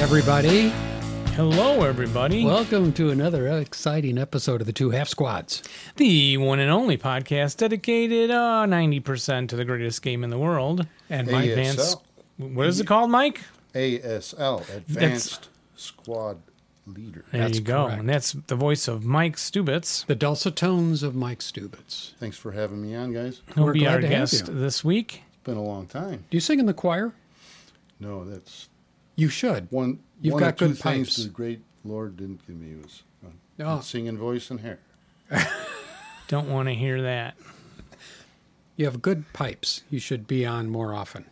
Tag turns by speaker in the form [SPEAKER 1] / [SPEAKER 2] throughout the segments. [SPEAKER 1] everybody.
[SPEAKER 2] Hello, everybody.
[SPEAKER 1] Welcome to another exciting episode of the Two Half Squads.
[SPEAKER 2] the one and only podcast dedicated uh, 90% to the greatest game in the world. And my
[SPEAKER 3] ASL.
[SPEAKER 2] advanced. What is it called, Mike?
[SPEAKER 3] ASL, Advanced Squad Leader.
[SPEAKER 2] There
[SPEAKER 1] That's
[SPEAKER 2] you go.
[SPEAKER 1] correct.
[SPEAKER 2] And that's the voice of Mike Stubitz,
[SPEAKER 1] The dulcet tones of Mike Stubitz.
[SPEAKER 3] Thanks for having me on, guys.
[SPEAKER 2] who'll
[SPEAKER 1] We're
[SPEAKER 2] be
[SPEAKER 1] glad
[SPEAKER 2] our
[SPEAKER 1] to have
[SPEAKER 2] guest
[SPEAKER 1] you.
[SPEAKER 2] this week.
[SPEAKER 3] It's been a long time.
[SPEAKER 1] Do you sing in the choir?
[SPEAKER 3] No, that's
[SPEAKER 1] You should.
[SPEAKER 3] one.
[SPEAKER 1] You've
[SPEAKER 3] one
[SPEAKER 1] got
[SPEAKER 3] of two
[SPEAKER 1] good
[SPEAKER 3] things
[SPEAKER 1] pipes.
[SPEAKER 3] the great Lord didn't give me was uh,
[SPEAKER 1] Oh.
[SPEAKER 3] good singing voice and hair.
[SPEAKER 2] Don't want to hear that.
[SPEAKER 1] You have good pipes. You should be on more often,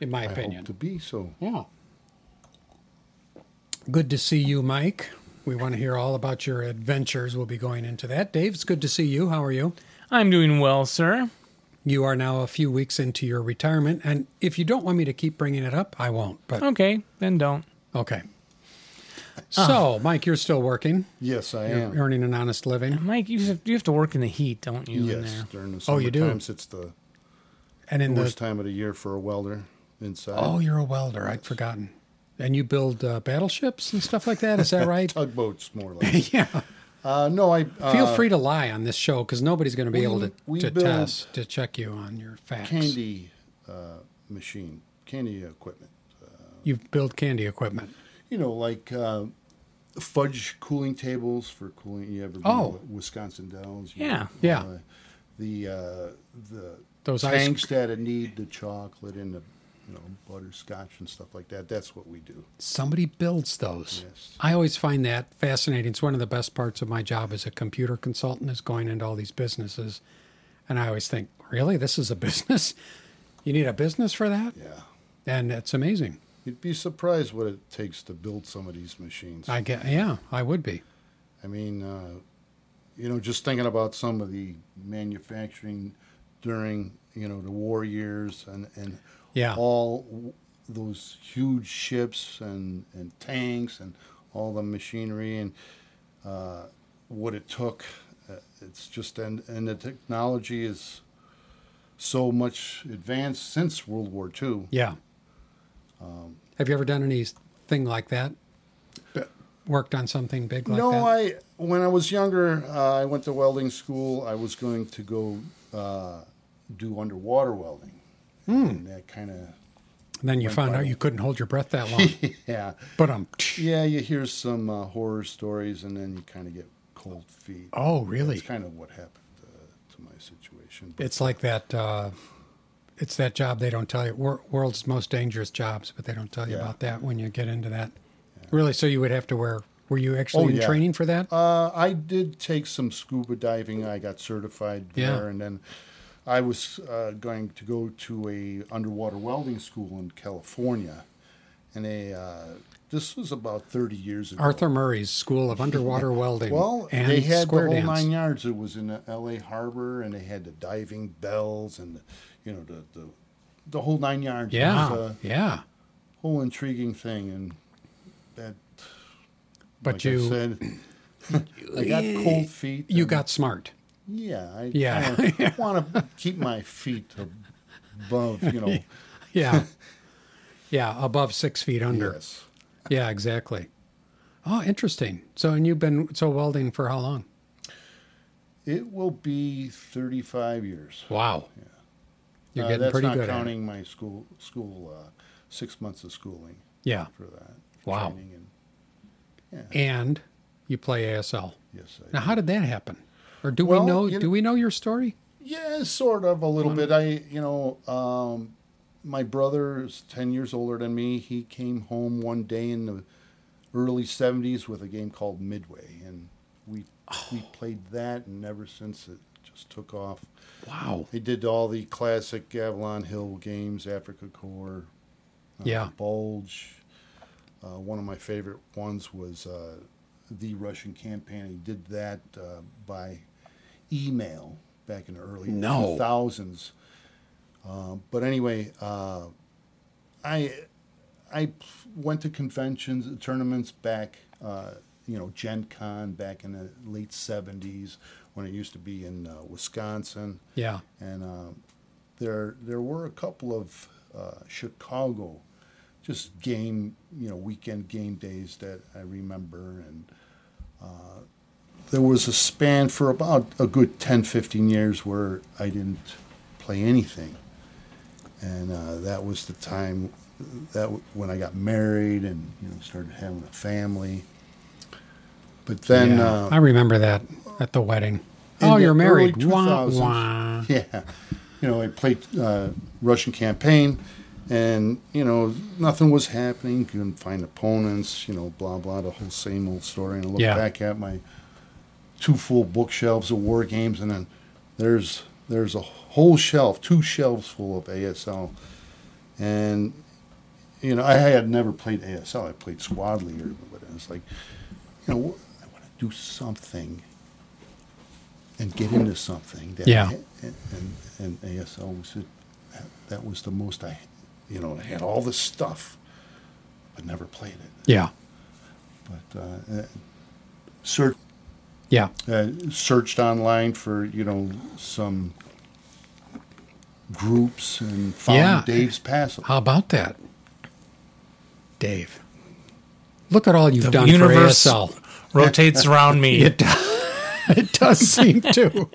[SPEAKER 1] in my
[SPEAKER 3] I
[SPEAKER 1] opinion.
[SPEAKER 3] hope to be so.
[SPEAKER 1] Yeah. Good to see you, Mike. We want to hear all about your adventures. We'll be going into that. Dave, it's good to see you. How are you?
[SPEAKER 2] I'm doing well, sir.
[SPEAKER 1] You are now a few weeks into your retirement. And if you don't want me to keep bringing it up, I won't. But
[SPEAKER 2] Okay, then don't.
[SPEAKER 1] Okay.
[SPEAKER 3] Ah.
[SPEAKER 1] So, Mike, you're still working,
[SPEAKER 3] Yes, I
[SPEAKER 1] You're
[SPEAKER 3] am.
[SPEAKER 1] earning an honest living,
[SPEAKER 2] Mike, you have, you have to work in the heat, don't you? in
[SPEAKER 3] Yes,
[SPEAKER 2] there?
[SPEAKER 3] during the summer
[SPEAKER 1] Oh, you do?
[SPEAKER 3] times, it's the
[SPEAKER 1] and in
[SPEAKER 3] worst
[SPEAKER 1] the
[SPEAKER 3] time of the year for a welder inside.
[SPEAKER 1] oh, you're a welder. I'd forgotten. And you build uh, battleships and stuff like that. Is that right?
[SPEAKER 3] Tugboats, more like.
[SPEAKER 1] yeah.
[SPEAKER 3] uh, no, I uh,
[SPEAKER 1] Feel free to lie on this show because nobody's going to be
[SPEAKER 3] we-
[SPEAKER 1] able to,
[SPEAKER 3] we
[SPEAKER 1] to
[SPEAKER 3] build
[SPEAKER 1] test to check you on your facts.
[SPEAKER 3] candy uh, machine, candy equipment.
[SPEAKER 1] You build candy equipment.
[SPEAKER 3] you know, like uh, fudge cooling tables for cooling. You ever been
[SPEAKER 1] Oh.
[SPEAKER 3] to Wisconsin Dells?
[SPEAKER 2] Yeah.
[SPEAKER 1] Yeah.
[SPEAKER 3] Uh, the uh, the
[SPEAKER 1] Those ice-
[SPEAKER 3] tanks that need the chocolate and the you know butterscotch and stuff like that. That's what we do.
[SPEAKER 1] Somebody builds those.
[SPEAKER 3] Yes.
[SPEAKER 1] I always find that fascinating. It's one of the best parts of my job as a computer consultant is going into all these businesses, and I always think, really, this is a business. You need a business for that,
[SPEAKER 3] Yeah,
[SPEAKER 1] and it's amazing.
[SPEAKER 3] you'd be surprised what it takes to build some of these machines.
[SPEAKER 1] I
[SPEAKER 3] I,
[SPEAKER 1] get, yeah, I would be.
[SPEAKER 3] mean, uh, you know, just thinking about some of the manufacturing during you know the war years and and
[SPEAKER 1] Yeah.
[SPEAKER 3] all w- those huge ships and, and tanks and all the machinery and uh, what it took. Uh, it's just and and the technology is so much advanced since World War II.
[SPEAKER 1] Yeah.
[SPEAKER 3] Um,
[SPEAKER 1] Have you ever done anything like that? Worked on something big like
[SPEAKER 3] no,
[SPEAKER 1] that?
[SPEAKER 3] I when I was younger, uh, I went to welding school. I was going to go uh, do underwater welding,
[SPEAKER 1] Hmm.
[SPEAKER 3] and that kind of
[SPEAKER 1] and then you found out
[SPEAKER 3] viral.
[SPEAKER 1] you couldn't hold your breath that long.
[SPEAKER 3] yeah.
[SPEAKER 1] but um,
[SPEAKER 3] Yeah, you hear some uh, horror stories, and then you kind of get cold feet.
[SPEAKER 1] oh, really?
[SPEAKER 3] That's kind of what happened uh, to my situation. But
[SPEAKER 1] It's like that. Uh, it's that job they don't tell you. Wor- world's most dangerous jobs, but they don't tell you
[SPEAKER 3] Yeah.
[SPEAKER 1] about that when you get into that. Really? So you would have to wear? Were you actually
[SPEAKER 3] Oh,
[SPEAKER 1] in
[SPEAKER 3] yeah.
[SPEAKER 1] training for that?
[SPEAKER 3] uh, I did take some scuba diving. I got certified there,
[SPEAKER 1] Yeah.
[SPEAKER 3] and then I was uh, going to go to a underwater welding school in California, and they. Uh, this was about thirty years ago.
[SPEAKER 1] Arthur Murray's School of Underwater Welding.
[SPEAKER 3] Well,
[SPEAKER 1] and
[SPEAKER 3] they had the
[SPEAKER 1] square
[SPEAKER 3] whole
[SPEAKER 1] dance.
[SPEAKER 3] nine yards. It was in the L.A. Harbor, and they had the diving bells, and the, you know the, the the whole nine yards. It
[SPEAKER 1] Yeah,
[SPEAKER 3] was, uh,
[SPEAKER 1] yeah.
[SPEAKER 3] whole intriguing thing, and that.
[SPEAKER 1] But
[SPEAKER 3] like
[SPEAKER 1] you
[SPEAKER 3] I said, I got cold feet.
[SPEAKER 1] you
[SPEAKER 3] and-
[SPEAKER 1] got smart.
[SPEAKER 3] yeah. I
[SPEAKER 1] Yeah.
[SPEAKER 3] want to keep my feet above, you know.
[SPEAKER 1] Yeah, yeah. Above six feet under.
[SPEAKER 3] Yes.
[SPEAKER 1] Yeah, exactly. Oh, interesting. So, and you've been so welding for how long?
[SPEAKER 3] It will be 35 years.
[SPEAKER 1] Wow. Yeah. You're
[SPEAKER 3] Uh,
[SPEAKER 1] getting
[SPEAKER 3] that's
[SPEAKER 1] pretty
[SPEAKER 3] not
[SPEAKER 1] good. At it.
[SPEAKER 3] counting my school school uh, six months of schooling
[SPEAKER 1] Yeah.
[SPEAKER 3] for that. for
[SPEAKER 1] Wow.
[SPEAKER 3] training and-
[SPEAKER 1] And you play ASL.
[SPEAKER 3] yes. I
[SPEAKER 1] Now, how did that happen? Or do
[SPEAKER 3] Well,
[SPEAKER 1] we know?
[SPEAKER 3] you
[SPEAKER 1] Do
[SPEAKER 3] know-
[SPEAKER 1] we know your story?
[SPEAKER 3] Yeah, sort of a little bit. I, you know, um, my brother is ten years older than me. He came home one day in the early '70s with a game called Midway, and we we played that, and ever since it just took off.
[SPEAKER 1] Wow.
[SPEAKER 3] They did all the classic Avalon Hill games, Africa Corps,
[SPEAKER 1] Yeah.
[SPEAKER 3] Bulge. Uh, one of my favorite ones was uh, the Russian campaign. He did that uh, by email back in the early
[SPEAKER 1] No.
[SPEAKER 3] 2000s. Um, but anyway, uh, I I p- went to conventions, tournaments back, uh, you know, Gen Con back in the late 70s when it used to be in uh, Wisconsin
[SPEAKER 1] Yeah.
[SPEAKER 3] um, and uh, there there were a couple of uh, Chicago just game, you know, weekend game days that I remember. And uh, there was a span for about a good 10, 15 years where I didn't play anything. And uh, that was the time that w- when I got married and you know started having a family. But then,
[SPEAKER 1] Yeah,
[SPEAKER 3] uh,
[SPEAKER 1] I remember that at the wedding.
[SPEAKER 3] in
[SPEAKER 1] Oh,
[SPEAKER 3] the
[SPEAKER 1] you're married.
[SPEAKER 3] early
[SPEAKER 1] Wah,
[SPEAKER 3] 2000s.
[SPEAKER 1] wah.
[SPEAKER 3] yeah, you know, I played uh, Russian campaign, and you know, nothing was happening. Couldn't find opponents. You know, blah blah. The whole same old story. And I look
[SPEAKER 1] Yeah.
[SPEAKER 3] back at my two full bookshelves of war games, and then there's there's a whole shelf, two shelves full of ASL, and you know, I had never played ASL. I played squad leader, but it was like, you know, I want to do something and get into something. That
[SPEAKER 1] Yeah.
[SPEAKER 3] and, and, and ASL was it. that- That was the most I, you know, I had all this stuff, but never played it.
[SPEAKER 1] Yeah.
[SPEAKER 3] But uh, uh, search
[SPEAKER 1] Yeah.
[SPEAKER 3] uh, searched online for you know some groups and found
[SPEAKER 1] Yeah.
[SPEAKER 3] Dave's Passive.
[SPEAKER 1] How about that? Dave. Look at all you've
[SPEAKER 2] The
[SPEAKER 1] done
[SPEAKER 2] universe-
[SPEAKER 1] for ASL.
[SPEAKER 2] Rotates around me.
[SPEAKER 1] It, it does seem to.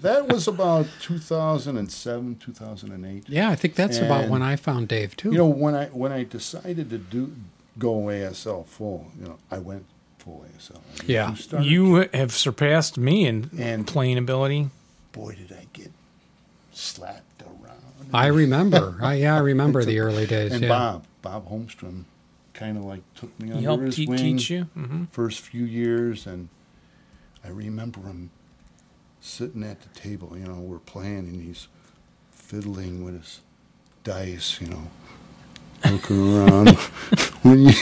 [SPEAKER 3] That was about 2007, 2008.
[SPEAKER 1] Yeah, I think that's about
[SPEAKER 3] And-
[SPEAKER 1] when I found Dave too.
[SPEAKER 3] You know, when I when I decided to do go ASL full, you know, I went full ASL. I did
[SPEAKER 1] Yeah.
[SPEAKER 3] two starter
[SPEAKER 2] You have surpassed me in
[SPEAKER 3] And-
[SPEAKER 2] playing ability.
[SPEAKER 3] boy, did I get slapped around.
[SPEAKER 1] I remember. I, yeah, I remember the early days.
[SPEAKER 3] and
[SPEAKER 1] yeah.
[SPEAKER 3] Bob, Bob Holmstrom, kind of like took me
[SPEAKER 2] He
[SPEAKER 3] under
[SPEAKER 2] helped
[SPEAKER 3] his
[SPEAKER 2] te-
[SPEAKER 3] wing.
[SPEAKER 2] teach you. hmm
[SPEAKER 3] first few years, and I remember him sitting at the table. You know, we're playing, and he's fiddling with his dice. You know, looking around. when you,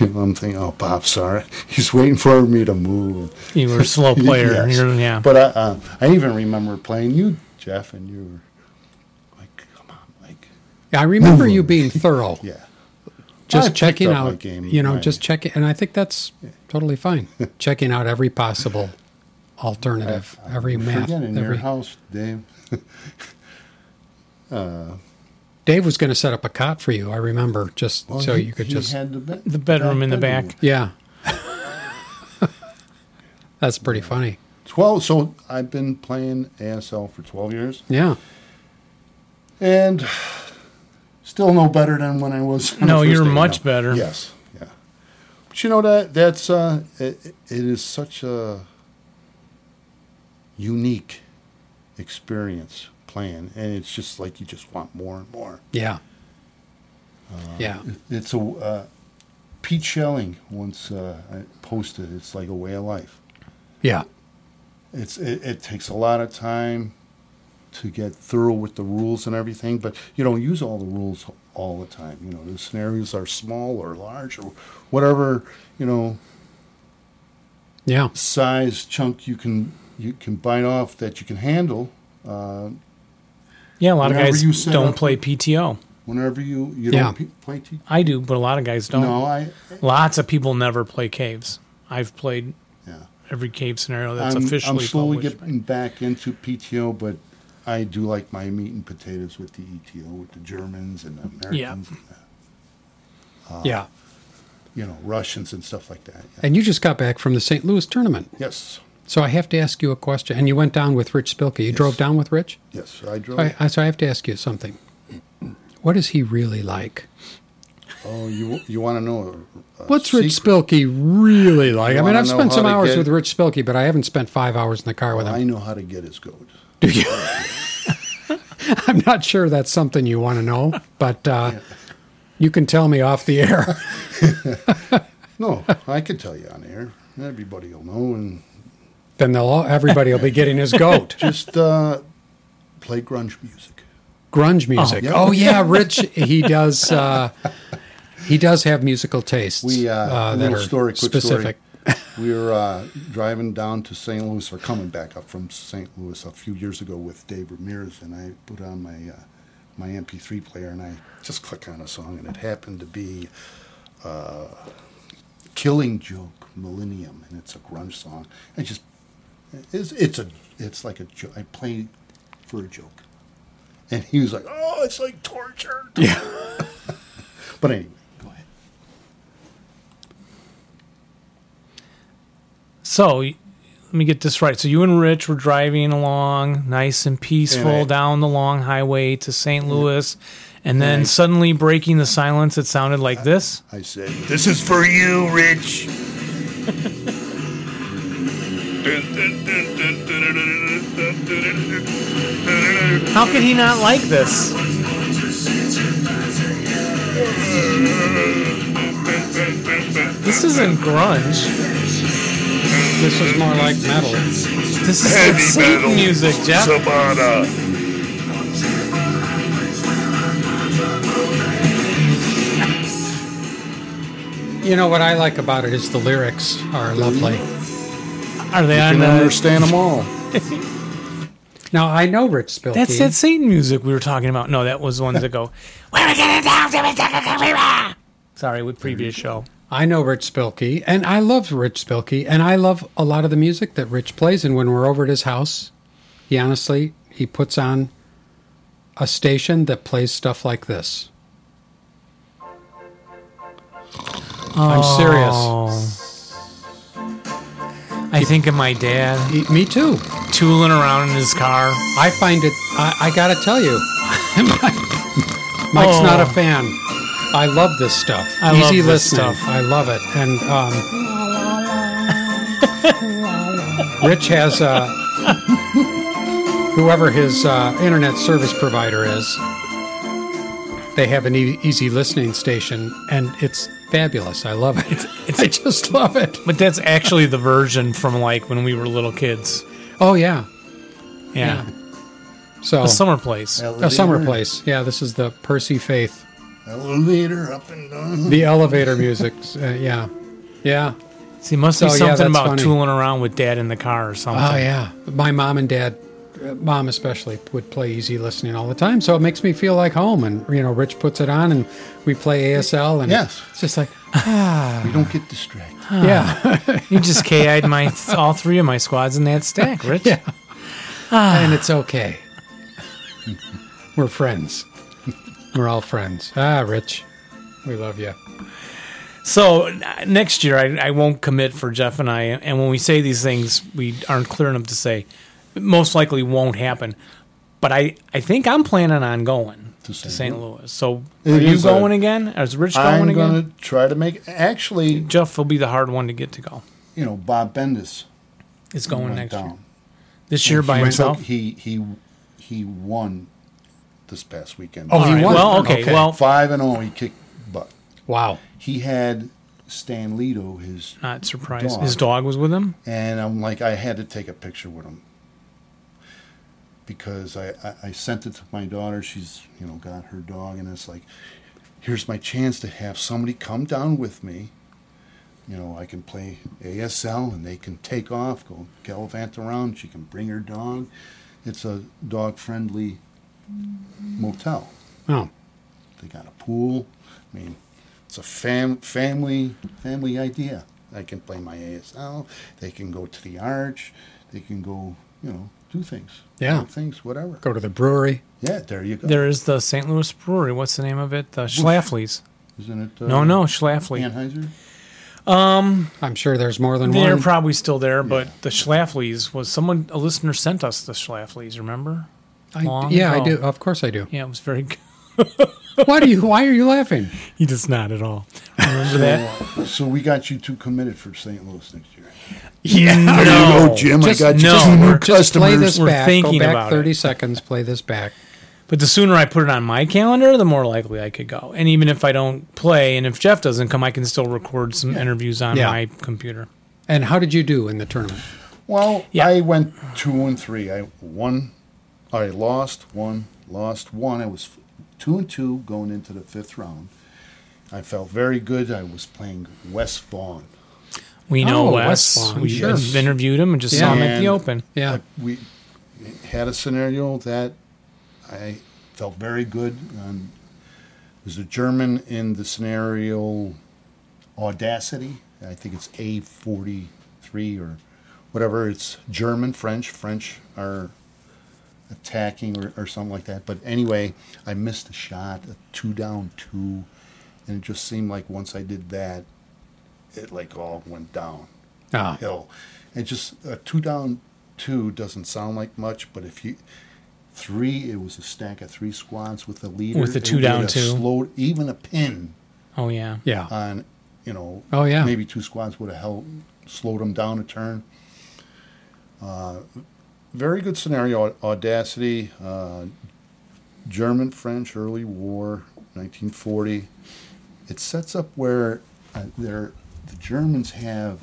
[SPEAKER 3] I'm thinking, oh, Bob's sorry. He's waiting for me to move.
[SPEAKER 2] You were a slow player.
[SPEAKER 3] Yes.
[SPEAKER 2] You're- yeah.
[SPEAKER 3] But I, uh, I even remember playing you, Jeff, and you were like, come on, Mike.
[SPEAKER 1] I remember you being thorough.
[SPEAKER 3] Yeah. I
[SPEAKER 1] Just
[SPEAKER 3] picked
[SPEAKER 1] checking
[SPEAKER 3] up my
[SPEAKER 1] out,
[SPEAKER 3] game,
[SPEAKER 1] you know,
[SPEAKER 3] right.
[SPEAKER 1] just checking. And I think that's totally fine. checking out every possible alternative, every math.
[SPEAKER 3] Forget in your
[SPEAKER 1] Every,
[SPEAKER 3] house, Dave.
[SPEAKER 1] Dave was going to set up a cot for you. I remember just
[SPEAKER 3] Well,
[SPEAKER 1] so
[SPEAKER 3] he-
[SPEAKER 1] you could
[SPEAKER 3] he
[SPEAKER 1] just,
[SPEAKER 3] had the, be-
[SPEAKER 2] The bedroom in the back.
[SPEAKER 1] yeah. that's pretty funny.
[SPEAKER 3] 12 so i've been playing asl for 12 years
[SPEAKER 1] Yeah.
[SPEAKER 3] and still no better than when i was when I
[SPEAKER 2] No,
[SPEAKER 3] first
[SPEAKER 2] you're
[SPEAKER 3] started
[SPEAKER 2] much
[SPEAKER 3] out.
[SPEAKER 2] better.
[SPEAKER 3] yes yeah but you know that that's uh it, it is such a unique experience playing and it's just like you just want more and more
[SPEAKER 1] Yeah. yeah.
[SPEAKER 3] it's a uh, pete shelling once uh, I posted it's like a way of life
[SPEAKER 1] Yeah.
[SPEAKER 3] it's it, it takes a lot of time to get thorough with the rules and everything but you don't use all the rules all the time you know the scenarios are small or large or whatever you know
[SPEAKER 1] Yeah.
[SPEAKER 3] size chunk you can you can bite off that you can handle uh,
[SPEAKER 2] Yeah, a lot
[SPEAKER 3] Whenever
[SPEAKER 2] of guys
[SPEAKER 3] you set
[SPEAKER 2] don't
[SPEAKER 3] up-
[SPEAKER 2] play PTO.
[SPEAKER 3] whenever you you
[SPEAKER 1] Yeah.
[SPEAKER 3] don't pe- play t-
[SPEAKER 2] I do, but a lot of guys don't.
[SPEAKER 3] no i
[SPEAKER 2] Lots of people never play caves. I've played
[SPEAKER 3] yeah
[SPEAKER 2] every cave scenario that's
[SPEAKER 3] I'm,
[SPEAKER 2] officially
[SPEAKER 3] I'm slowly
[SPEAKER 2] published.
[SPEAKER 3] getting back into pto but i do like my meat and potatoes with the eto with the germans and the americans and the, uh,
[SPEAKER 1] yeah.
[SPEAKER 3] you know russians and stuff like that yeah.
[SPEAKER 1] And you just got back from the St. Louis tournament.
[SPEAKER 3] yes
[SPEAKER 1] So I have to ask you a question. And you went down with Rich Spilka. You drove down with Rich?
[SPEAKER 3] Yes, I drove.
[SPEAKER 1] I, I, so I have to ask you something. What is he really like?
[SPEAKER 3] oh, you you want to know? a- a
[SPEAKER 1] What's Rich
[SPEAKER 3] secret?
[SPEAKER 1] Spilkey really like?
[SPEAKER 3] You
[SPEAKER 1] I mean,
[SPEAKER 3] wanna
[SPEAKER 1] I've
[SPEAKER 3] know
[SPEAKER 1] spent
[SPEAKER 3] how
[SPEAKER 1] some
[SPEAKER 3] to
[SPEAKER 1] hours
[SPEAKER 3] get-
[SPEAKER 1] with Rich Spilkey, but I haven't spent five hours in the car with
[SPEAKER 3] I
[SPEAKER 1] him.
[SPEAKER 3] know how to get his goat.
[SPEAKER 1] Do you? I'm not sure that's something you want to know, but uh, you can tell me off the air.
[SPEAKER 3] No, I could tell you on air. Everybody will know. And
[SPEAKER 1] then they'll all, everybody will be getting his goat.
[SPEAKER 3] just uh, play grunge music.
[SPEAKER 1] Grunge music.
[SPEAKER 3] yeah.
[SPEAKER 1] Oh, yeah, Rich. He does. Uh, he does have musical tastes.
[SPEAKER 3] We uh,
[SPEAKER 1] uh,
[SPEAKER 3] a
[SPEAKER 1] that
[SPEAKER 3] little
[SPEAKER 1] are
[SPEAKER 3] story, quick
[SPEAKER 1] specific.
[SPEAKER 3] story. We were uh, driving down to St. Louis, or coming back up from St. Louis a few years ago with Dave Ramirez, and I put on my uh, my MP3 player, and I just click on a song, and it happened to be uh, "Killing Joke Millennium," and it's a grunge song. I just it's it's a it's like a jo- I play for a joke, and he was like, "Oh, it's like torture." Yeah. but anyway, go ahead.
[SPEAKER 2] So y- let me get this right. So you and Rich were driving along, nice and peaceful,
[SPEAKER 3] I-
[SPEAKER 2] down the long highway to St. Louis, and then suddenly breaking the silence, it sounded like this.
[SPEAKER 3] I said,
[SPEAKER 4] This is for you, Rich.
[SPEAKER 2] How could he not like this? This isn't grunge.
[SPEAKER 1] This is more like metal.
[SPEAKER 2] This is like
[SPEAKER 4] Heavy metal.
[SPEAKER 2] Satan music, Jeff.
[SPEAKER 4] Sabana.
[SPEAKER 1] You know what I like about it is the lyrics are lovely.
[SPEAKER 2] Are they
[SPEAKER 3] I
[SPEAKER 2] on?
[SPEAKER 3] can
[SPEAKER 2] Uh,
[SPEAKER 3] understand them all.
[SPEAKER 1] Now I know Rich Spilkey.
[SPEAKER 2] that's that Satan music we were talking about. No, that was ones that go. "We're gonna down to the- Sorry, with previous show.
[SPEAKER 1] I know Rich Spilkey, and I love Rich Spilkey, and I love a lot of the music that Rich plays. And when we're over at his house, he honestly he puts on a station that plays stuff like this. I'm serious.
[SPEAKER 2] I think of my dad
[SPEAKER 1] E- Me too.
[SPEAKER 2] tooling around in his car.
[SPEAKER 1] I find it. I, I gotta tell you, Mike's not a
[SPEAKER 2] Oh.
[SPEAKER 1] fan. I love this stuff.
[SPEAKER 2] I love
[SPEAKER 1] Easy
[SPEAKER 2] this
[SPEAKER 1] listening.
[SPEAKER 2] stuff.
[SPEAKER 1] I love it. And um, Rich has uh, whoever his uh, internet service provider is. They have an e- easy listening station, and it's fabulous. I love it. I just love it.
[SPEAKER 2] But that's actually the version from like when we were little kids.
[SPEAKER 1] Oh yeah.
[SPEAKER 2] Yeah.
[SPEAKER 1] So
[SPEAKER 2] A summer place.
[SPEAKER 1] a summer place. Yeah, this is the Percy Faith.
[SPEAKER 3] Elevator up and down.
[SPEAKER 1] The elevator music, uh, yeah, yeah.
[SPEAKER 2] See, must be
[SPEAKER 1] So, yeah,
[SPEAKER 2] something
[SPEAKER 1] that's
[SPEAKER 2] about
[SPEAKER 1] funny.
[SPEAKER 2] tooling around with dad in the car or something.
[SPEAKER 1] Oh yeah. My mom and dad, uh, mom especially, would play easy listening all the time, so it makes me feel like home. And you know, Rich puts it on, and we play ASL, and
[SPEAKER 3] Yes.
[SPEAKER 1] it's just like,
[SPEAKER 2] Ah.
[SPEAKER 3] You don't get distracted.
[SPEAKER 1] yeah,
[SPEAKER 2] You just KI'd my all three of my squads in that stack, Rich.
[SPEAKER 1] yeah, and it's okay. We're friends. We're all friends. Ah, Rich, we love you.
[SPEAKER 2] So n- next year, I, I won't commit for Jeff and I. And when we say these things, we aren't clear enough to say. It most likely won't happen. But I, I think I'm planning on going to
[SPEAKER 3] St.
[SPEAKER 2] St. Louis. So
[SPEAKER 3] It
[SPEAKER 2] are you
[SPEAKER 3] is a-
[SPEAKER 2] going again? Is Rich going
[SPEAKER 3] I'm
[SPEAKER 2] again?
[SPEAKER 3] going to try to make. Actually,
[SPEAKER 2] Jeff will be the hard one to get to go.
[SPEAKER 3] you know, Bob Bendis
[SPEAKER 2] Is going
[SPEAKER 3] went
[SPEAKER 2] next
[SPEAKER 3] down.
[SPEAKER 2] year. This year by
[SPEAKER 3] he
[SPEAKER 2] himself.
[SPEAKER 3] took- he he he won this past weekend.
[SPEAKER 1] Oh, he
[SPEAKER 2] All right.
[SPEAKER 1] won.
[SPEAKER 2] Well, okay.
[SPEAKER 1] Okay.
[SPEAKER 2] Well,
[SPEAKER 3] five and oh, he kicked butt.
[SPEAKER 1] Wow.
[SPEAKER 3] He had Stan Leto his,
[SPEAKER 2] not surprised.
[SPEAKER 3] Dog.
[SPEAKER 2] His dog was with him.
[SPEAKER 3] and I'm like, I had to take a picture with him because I I, I sent it to my daughter. She's you know got her dog, and it's like, here's my chance to have somebody come down with me. You know, I can play ASL and they can take off, go gallivant around. She can bring her dog. It's a dog friendly motel.
[SPEAKER 1] Oh,
[SPEAKER 3] They got a pool. I mean, it's a fam- family family idea. I can play my ASL. They can go to the arch. They can go, you know, do things.
[SPEAKER 1] Yeah.
[SPEAKER 3] do things, whatever.
[SPEAKER 1] go to the brewery.
[SPEAKER 3] Yeah, there you go.
[SPEAKER 2] There is the St. Louis brewery. What's the name of it? The Schlafly's.
[SPEAKER 3] Isn't it? Uh,
[SPEAKER 2] No, no, Schlafly.
[SPEAKER 3] Anheuser.
[SPEAKER 1] I'm sure there's more than
[SPEAKER 2] They're
[SPEAKER 1] one.
[SPEAKER 2] probably still there, but the Schlafly's was someone a listener sent us the Schlafly's. Remember?
[SPEAKER 1] I,
[SPEAKER 2] long
[SPEAKER 1] yeah, I
[SPEAKER 2] ago.
[SPEAKER 1] do. Of course, I do.
[SPEAKER 2] Yeah, it was very good.
[SPEAKER 1] Why do you? Why are you laughing?
[SPEAKER 2] He does not at all. Remember that?
[SPEAKER 3] So we got you two committed for St. Louis next year.
[SPEAKER 2] yeah. No,
[SPEAKER 1] Just-
[SPEAKER 2] got you no, two more we're-
[SPEAKER 1] Just play this
[SPEAKER 2] We're
[SPEAKER 1] back.
[SPEAKER 2] thinking
[SPEAKER 1] Go back
[SPEAKER 2] about
[SPEAKER 1] 30
[SPEAKER 2] it.
[SPEAKER 1] seconds. Play this back.
[SPEAKER 2] But the sooner I put it on my calendar, the more likely I could go. And even if I don't play, and if Jeff doesn't come, I can still record some interviews on
[SPEAKER 1] Yeah.
[SPEAKER 2] my computer.
[SPEAKER 1] And how did you do in the tournament?
[SPEAKER 3] Well,
[SPEAKER 2] Yeah.
[SPEAKER 3] I went two and three. I won. I lost one, lost one. I was two and two going into the fifth round. I felt very good. I was playing West Vaughn.
[SPEAKER 2] We know
[SPEAKER 1] Oh,
[SPEAKER 2] Wes.
[SPEAKER 1] Wes Vaughn,
[SPEAKER 2] we
[SPEAKER 1] sure.
[SPEAKER 2] have interviewed him and just saw him at the
[SPEAKER 3] Yeah.
[SPEAKER 2] open.
[SPEAKER 1] Yeah.
[SPEAKER 3] I- we had a scenario that I felt very good. Um, it was a German in the scenario Audacity. I think it's A43 or whatever. It's German, French. French are attacking or, or something like that. But anyway, I missed a shot, a two down two. And it just seemed like once I did that, it like all went down.
[SPEAKER 1] Ah.
[SPEAKER 3] hill. And just a two down two doesn't sound like much, but if you three, it was a stack of three squads with the leader
[SPEAKER 2] With the
[SPEAKER 3] it
[SPEAKER 2] two
[SPEAKER 3] would
[SPEAKER 2] down
[SPEAKER 3] have
[SPEAKER 2] two.
[SPEAKER 3] slowed even a pin
[SPEAKER 2] Oh yeah.
[SPEAKER 1] Yeah.
[SPEAKER 3] on you know
[SPEAKER 1] Oh, yeah.
[SPEAKER 3] Uh, maybe two squads would have helped slowed them down a turn. Uh, very good scenario audacity uh, German French early war 1940 it sets up where uh, they're, the Germans have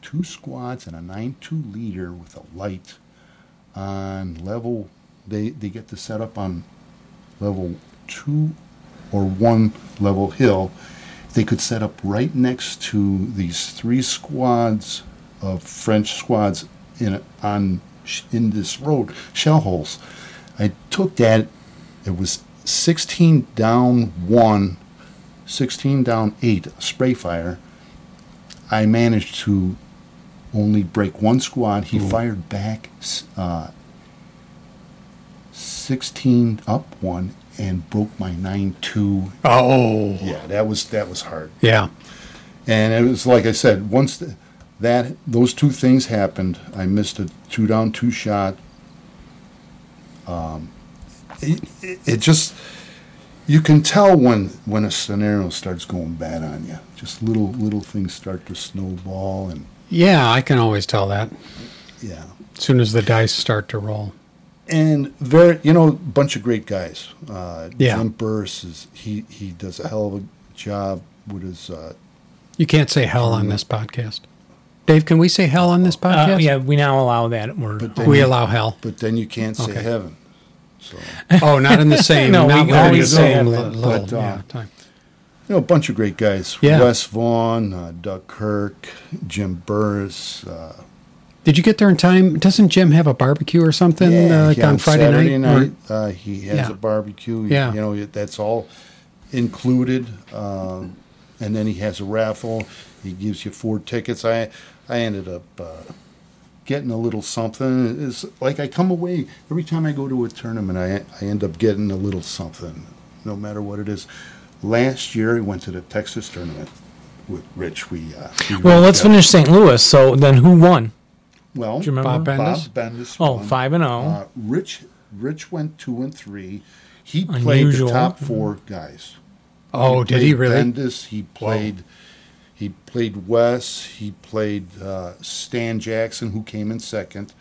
[SPEAKER 3] two squads and a 9-2 leader with a light on level they they get to set up on level two or one level hill they could set up right next to these three squads of french squads in a, on sh- in this road shell holes i took that it was 16 down 1 16 down 8 spray fire i managed to only break one squad he fired back s- uh, 16 up one and broke my 9-2
[SPEAKER 1] Oh.
[SPEAKER 3] yeah that was that was hard
[SPEAKER 1] Yeah.
[SPEAKER 3] and it was like i said once th- that those two things happened i missed a two down two shot um, it, it, it just you can tell when when a scenario starts going bad on you just little little things start to snowball and
[SPEAKER 1] Yeah, I can always tell that
[SPEAKER 3] yeah
[SPEAKER 1] as soon as the dice start to roll.
[SPEAKER 3] and very you know bunch of great guys uh
[SPEAKER 1] Yeah.
[SPEAKER 3] Jim Burris is he he does a hell of a job with his uh
[SPEAKER 1] You can't say hell on this podcast. Dave, can we say hell on this
[SPEAKER 2] Uh,
[SPEAKER 1] podcast?
[SPEAKER 2] Yeah. We now allow that word.
[SPEAKER 3] But
[SPEAKER 1] We allow hell.
[SPEAKER 3] but then you can't say
[SPEAKER 1] Okay.
[SPEAKER 3] heaven so
[SPEAKER 1] Oh, not in the same.
[SPEAKER 2] No,
[SPEAKER 1] not
[SPEAKER 2] we
[SPEAKER 1] within
[SPEAKER 2] always
[SPEAKER 1] the
[SPEAKER 2] say
[SPEAKER 1] same
[SPEAKER 2] it,
[SPEAKER 1] li-
[SPEAKER 3] but,
[SPEAKER 1] little,
[SPEAKER 3] uh,
[SPEAKER 1] yeah, time.
[SPEAKER 3] you know, a bunch of great guys.
[SPEAKER 1] Yeah.
[SPEAKER 3] Wes Vaughn, uh, Doug Kirk, Jim Burris. Uh,
[SPEAKER 1] Did you get there in time? Doesn't Jim have a barbecue or something uh, like
[SPEAKER 3] yeah,
[SPEAKER 1] on Friday
[SPEAKER 3] Saturday
[SPEAKER 1] night? Or-
[SPEAKER 3] uh, he has
[SPEAKER 1] Yeah.
[SPEAKER 3] a barbecue.
[SPEAKER 1] Yeah.
[SPEAKER 3] You know, it- that's all included. Um, and then he has a raffle. He gives you four tickets. I, I ended up uh, getting a little something. It's like I come away every time I go to a tournament, I, I end up getting a little something, no matter what it is. Last year, I went to the Texas tournament with Rich. We, uh, we
[SPEAKER 2] well, let's
[SPEAKER 3] went, uh,
[SPEAKER 2] finish St. Louis. So then, who won?
[SPEAKER 3] Well,
[SPEAKER 2] Do you remember?
[SPEAKER 1] Bob Bendis?
[SPEAKER 3] Bob Bendis.
[SPEAKER 2] Oh,
[SPEAKER 3] won.
[SPEAKER 2] five and oh.
[SPEAKER 3] Uh, Rich Rich went two and three. He played
[SPEAKER 2] Unusual.
[SPEAKER 3] the top four guys.
[SPEAKER 1] oh, did he
[SPEAKER 3] played
[SPEAKER 1] really?
[SPEAKER 3] Bendis. He played. He played Wes. He played uh, Stan Jackson, who came in second.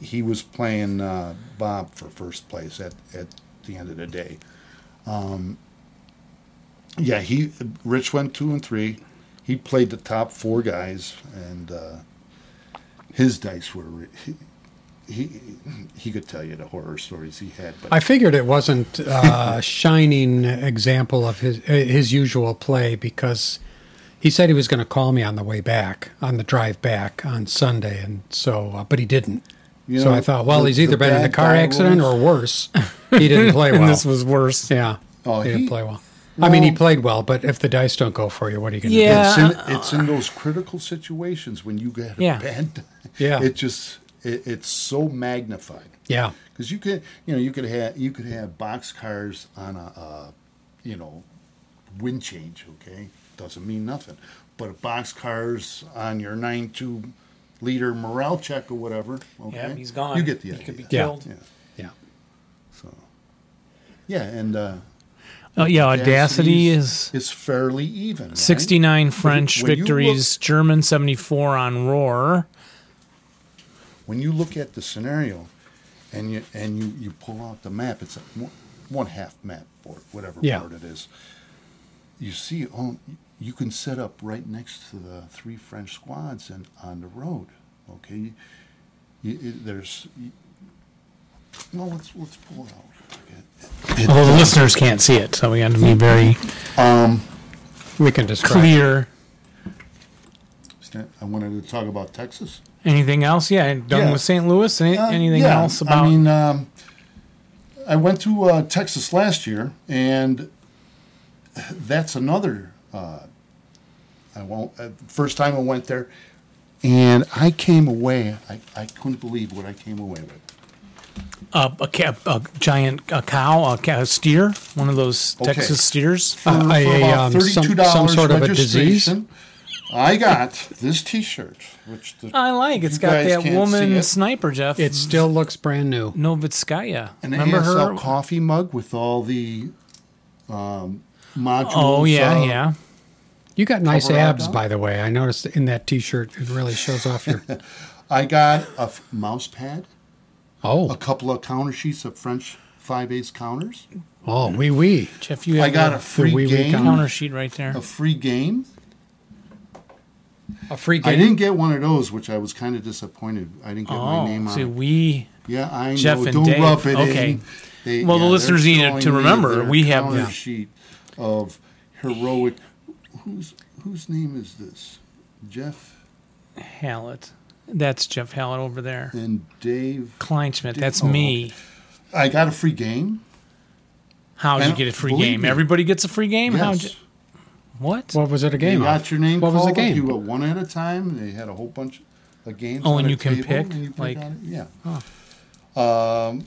[SPEAKER 3] He was playing uh, Bob for first place at, at the end of the day. Um, yeah, he Rich went two and three. He played the top four guys, and uh, his dice were. re- He, he he could tell you the horror stories he had, but
[SPEAKER 1] I figured it wasn't uh, a shining example of his uh, his usual play because he said he was going to call me on the way back, on the drive back on Sunday, and so uh, but he didn't.
[SPEAKER 3] You
[SPEAKER 1] so
[SPEAKER 3] know,
[SPEAKER 1] I thought, well,
[SPEAKER 3] the-
[SPEAKER 1] he's either
[SPEAKER 3] the
[SPEAKER 1] been in a
[SPEAKER 3] bad
[SPEAKER 1] car
[SPEAKER 3] guy
[SPEAKER 1] accident
[SPEAKER 3] rules.
[SPEAKER 1] or worse, he didn't play well.
[SPEAKER 2] And this was worse.
[SPEAKER 1] yeah,
[SPEAKER 3] Oh,
[SPEAKER 1] he,
[SPEAKER 3] he-
[SPEAKER 1] didn't play well. I mean, he
[SPEAKER 3] well-
[SPEAKER 1] played well, but if the dice don't go for you, what are you going to
[SPEAKER 2] Yeah. uh,
[SPEAKER 3] it's in, it's in those critical situations when you get a
[SPEAKER 2] Yeah.
[SPEAKER 3] bad
[SPEAKER 1] Yeah.
[SPEAKER 3] it just it, it's so magnified
[SPEAKER 1] do? Yeah,
[SPEAKER 3] because you could you know you could have you could have box cars on a uh, you know wind change okay doesn't mean nothing but a box cars on your 9-2 liter morale check or whatever okay
[SPEAKER 2] Yeah, he's gone.
[SPEAKER 3] you get the
[SPEAKER 2] He
[SPEAKER 3] idea
[SPEAKER 2] could be
[SPEAKER 1] Yeah.
[SPEAKER 2] killed.
[SPEAKER 3] yeah
[SPEAKER 1] yeah.
[SPEAKER 3] so yeah and uh
[SPEAKER 2] Oh, yeah, Audacity is
[SPEAKER 3] is fairly even right?
[SPEAKER 2] 69 French
[SPEAKER 3] When you look-
[SPEAKER 2] victories, German 74 on Roar.
[SPEAKER 3] when you look at the scenario and you and you, you pull out the map, it's a one, one half map or whatever
[SPEAKER 1] Yeah.
[SPEAKER 3] board it is. You see, oh, you can set up right next to the three French squads and on the road. Okay, you, you- there's. You, well, let's let's pull it out. Okay.
[SPEAKER 2] Although the listeners can't see it, so we have to be very
[SPEAKER 1] We can describe.
[SPEAKER 2] clear.
[SPEAKER 3] Stan- I wanted to talk about Texas.
[SPEAKER 2] Anything else? Yeah, and done
[SPEAKER 3] Yeah.
[SPEAKER 2] with St. Louis? Any,
[SPEAKER 3] Uh,
[SPEAKER 2] anything
[SPEAKER 3] yeah,
[SPEAKER 2] else about?
[SPEAKER 3] I mean, um, I went to uh, Texas last year, and that's another. Uh, I won't. Uh, first time I went there, and I came away. I, I couldn't believe what I came away with.
[SPEAKER 2] a, a, ca- a giant a cow, a, ca- a steer, one of those
[SPEAKER 3] Okay.
[SPEAKER 2] Texas steers.
[SPEAKER 1] Uh, a, um, some- some sort of a
[SPEAKER 3] registration, I got this T-shirt, which the,
[SPEAKER 2] I like. It's
[SPEAKER 3] You
[SPEAKER 2] got
[SPEAKER 3] guys
[SPEAKER 2] that
[SPEAKER 3] can't
[SPEAKER 2] woman
[SPEAKER 3] see it.
[SPEAKER 2] sniper, Jeff.
[SPEAKER 1] It still looks brand new.
[SPEAKER 2] Novitskaya.
[SPEAKER 3] an
[SPEAKER 2] Remember
[SPEAKER 3] ASL
[SPEAKER 2] her?
[SPEAKER 3] coffee mug with all the um, modules.
[SPEAKER 2] Oh yeah,
[SPEAKER 3] uh,
[SPEAKER 2] yeah.
[SPEAKER 1] You got nice
[SPEAKER 3] Cover
[SPEAKER 1] abs,
[SPEAKER 3] up.
[SPEAKER 1] by the way. I noticed in that T-shirt, it really shows off your.
[SPEAKER 3] I got a f- mouse pad, a
[SPEAKER 1] Oh,
[SPEAKER 3] couple of counter sheets of French five eighths counters.
[SPEAKER 1] oh, wee wee.
[SPEAKER 2] Jeff, you have
[SPEAKER 3] I got
[SPEAKER 2] a
[SPEAKER 3] a free
[SPEAKER 1] wee-wee
[SPEAKER 3] game.
[SPEAKER 2] counter sheet right there.
[SPEAKER 3] A free game.
[SPEAKER 1] A free
[SPEAKER 3] I
[SPEAKER 1] game.
[SPEAKER 3] didn't get one of those, which I was kind of disappointed. I didn't get my
[SPEAKER 2] Oh,
[SPEAKER 3] name on
[SPEAKER 2] see,
[SPEAKER 3] it.
[SPEAKER 2] we.
[SPEAKER 3] Yeah, I
[SPEAKER 2] Jeff
[SPEAKER 3] know.
[SPEAKER 2] and
[SPEAKER 3] Don't
[SPEAKER 2] Dave.
[SPEAKER 3] rub it
[SPEAKER 2] Okay.
[SPEAKER 3] in. They-
[SPEAKER 2] Well, the
[SPEAKER 3] they're
[SPEAKER 2] listeners need to
[SPEAKER 3] showing me
[SPEAKER 2] remember,
[SPEAKER 3] their
[SPEAKER 2] we have-
[SPEAKER 3] counter
[SPEAKER 2] Yeah.
[SPEAKER 3] sheet of heroic. Whose whose name is this? Jeff
[SPEAKER 2] Hallett. That's Jeff Hallett over there.
[SPEAKER 3] and Dave.
[SPEAKER 2] Kleinschmidt, that's
[SPEAKER 3] Oh,
[SPEAKER 2] me.
[SPEAKER 3] I got a free game.
[SPEAKER 2] How'd you
[SPEAKER 3] And
[SPEAKER 2] get a free
[SPEAKER 3] believe
[SPEAKER 2] game?
[SPEAKER 3] me-
[SPEAKER 2] Everybody gets a free game? How'd
[SPEAKER 3] Yes.
[SPEAKER 2] you, what?
[SPEAKER 1] What was it a
[SPEAKER 3] They
[SPEAKER 1] game?
[SPEAKER 3] got
[SPEAKER 1] of?
[SPEAKER 3] your name
[SPEAKER 1] What was
[SPEAKER 3] called
[SPEAKER 1] the
[SPEAKER 3] up.
[SPEAKER 1] game?
[SPEAKER 3] You went one at a time. They had a whole bunch of games.
[SPEAKER 2] Oh,
[SPEAKER 3] on
[SPEAKER 2] and
[SPEAKER 3] a
[SPEAKER 2] you can
[SPEAKER 3] table,
[SPEAKER 2] pick,
[SPEAKER 3] and you
[SPEAKER 2] like-
[SPEAKER 3] on it. yeah. Um,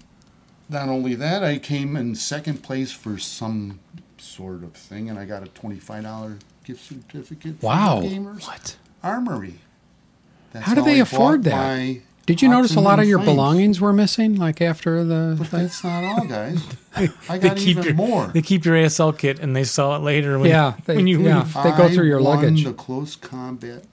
[SPEAKER 3] not only that, I came in second place for some sort of thing, and I got a twenty-five dollar gift certificate. from
[SPEAKER 1] Wow.
[SPEAKER 3] the Gamers
[SPEAKER 2] what?
[SPEAKER 3] Armory. That's
[SPEAKER 1] How do they
[SPEAKER 3] I
[SPEAKER 1] afford
[SPEAKER 3] bought
[SPEAKER 1] that?
[SPEAKER 3] my
[SPEAKER 1] Did you notice a
[SPEAKER 3] Oxygen
[SPEAKER 1] lot of your
[SPEAKER 3] Flames.
[SPEAKER 1] belongings were missing, like after the?
[SPEAKER 3] But that's not all, guys. I
[SPEAKER 2] They
[SPEAKER 3] got
[SPEAKER 2] keep,
[SPEAKER 3] even
[SPEAKER 2] your,
[SPEAKER 3] more.
[SPEAKER 2] they keep your ASL kit and they sell it later when,
[SPEAKER 1] Yeah, they-
[SPEAKER 2] when you
[SPEAKER 1] yeah.
[SPEAKER 2] leave.
[SPEAKER 1] they go through your
[SPEAKER 3] I won
[SPEAKER 1] luggage.
[SPEAKER 3] The close combat.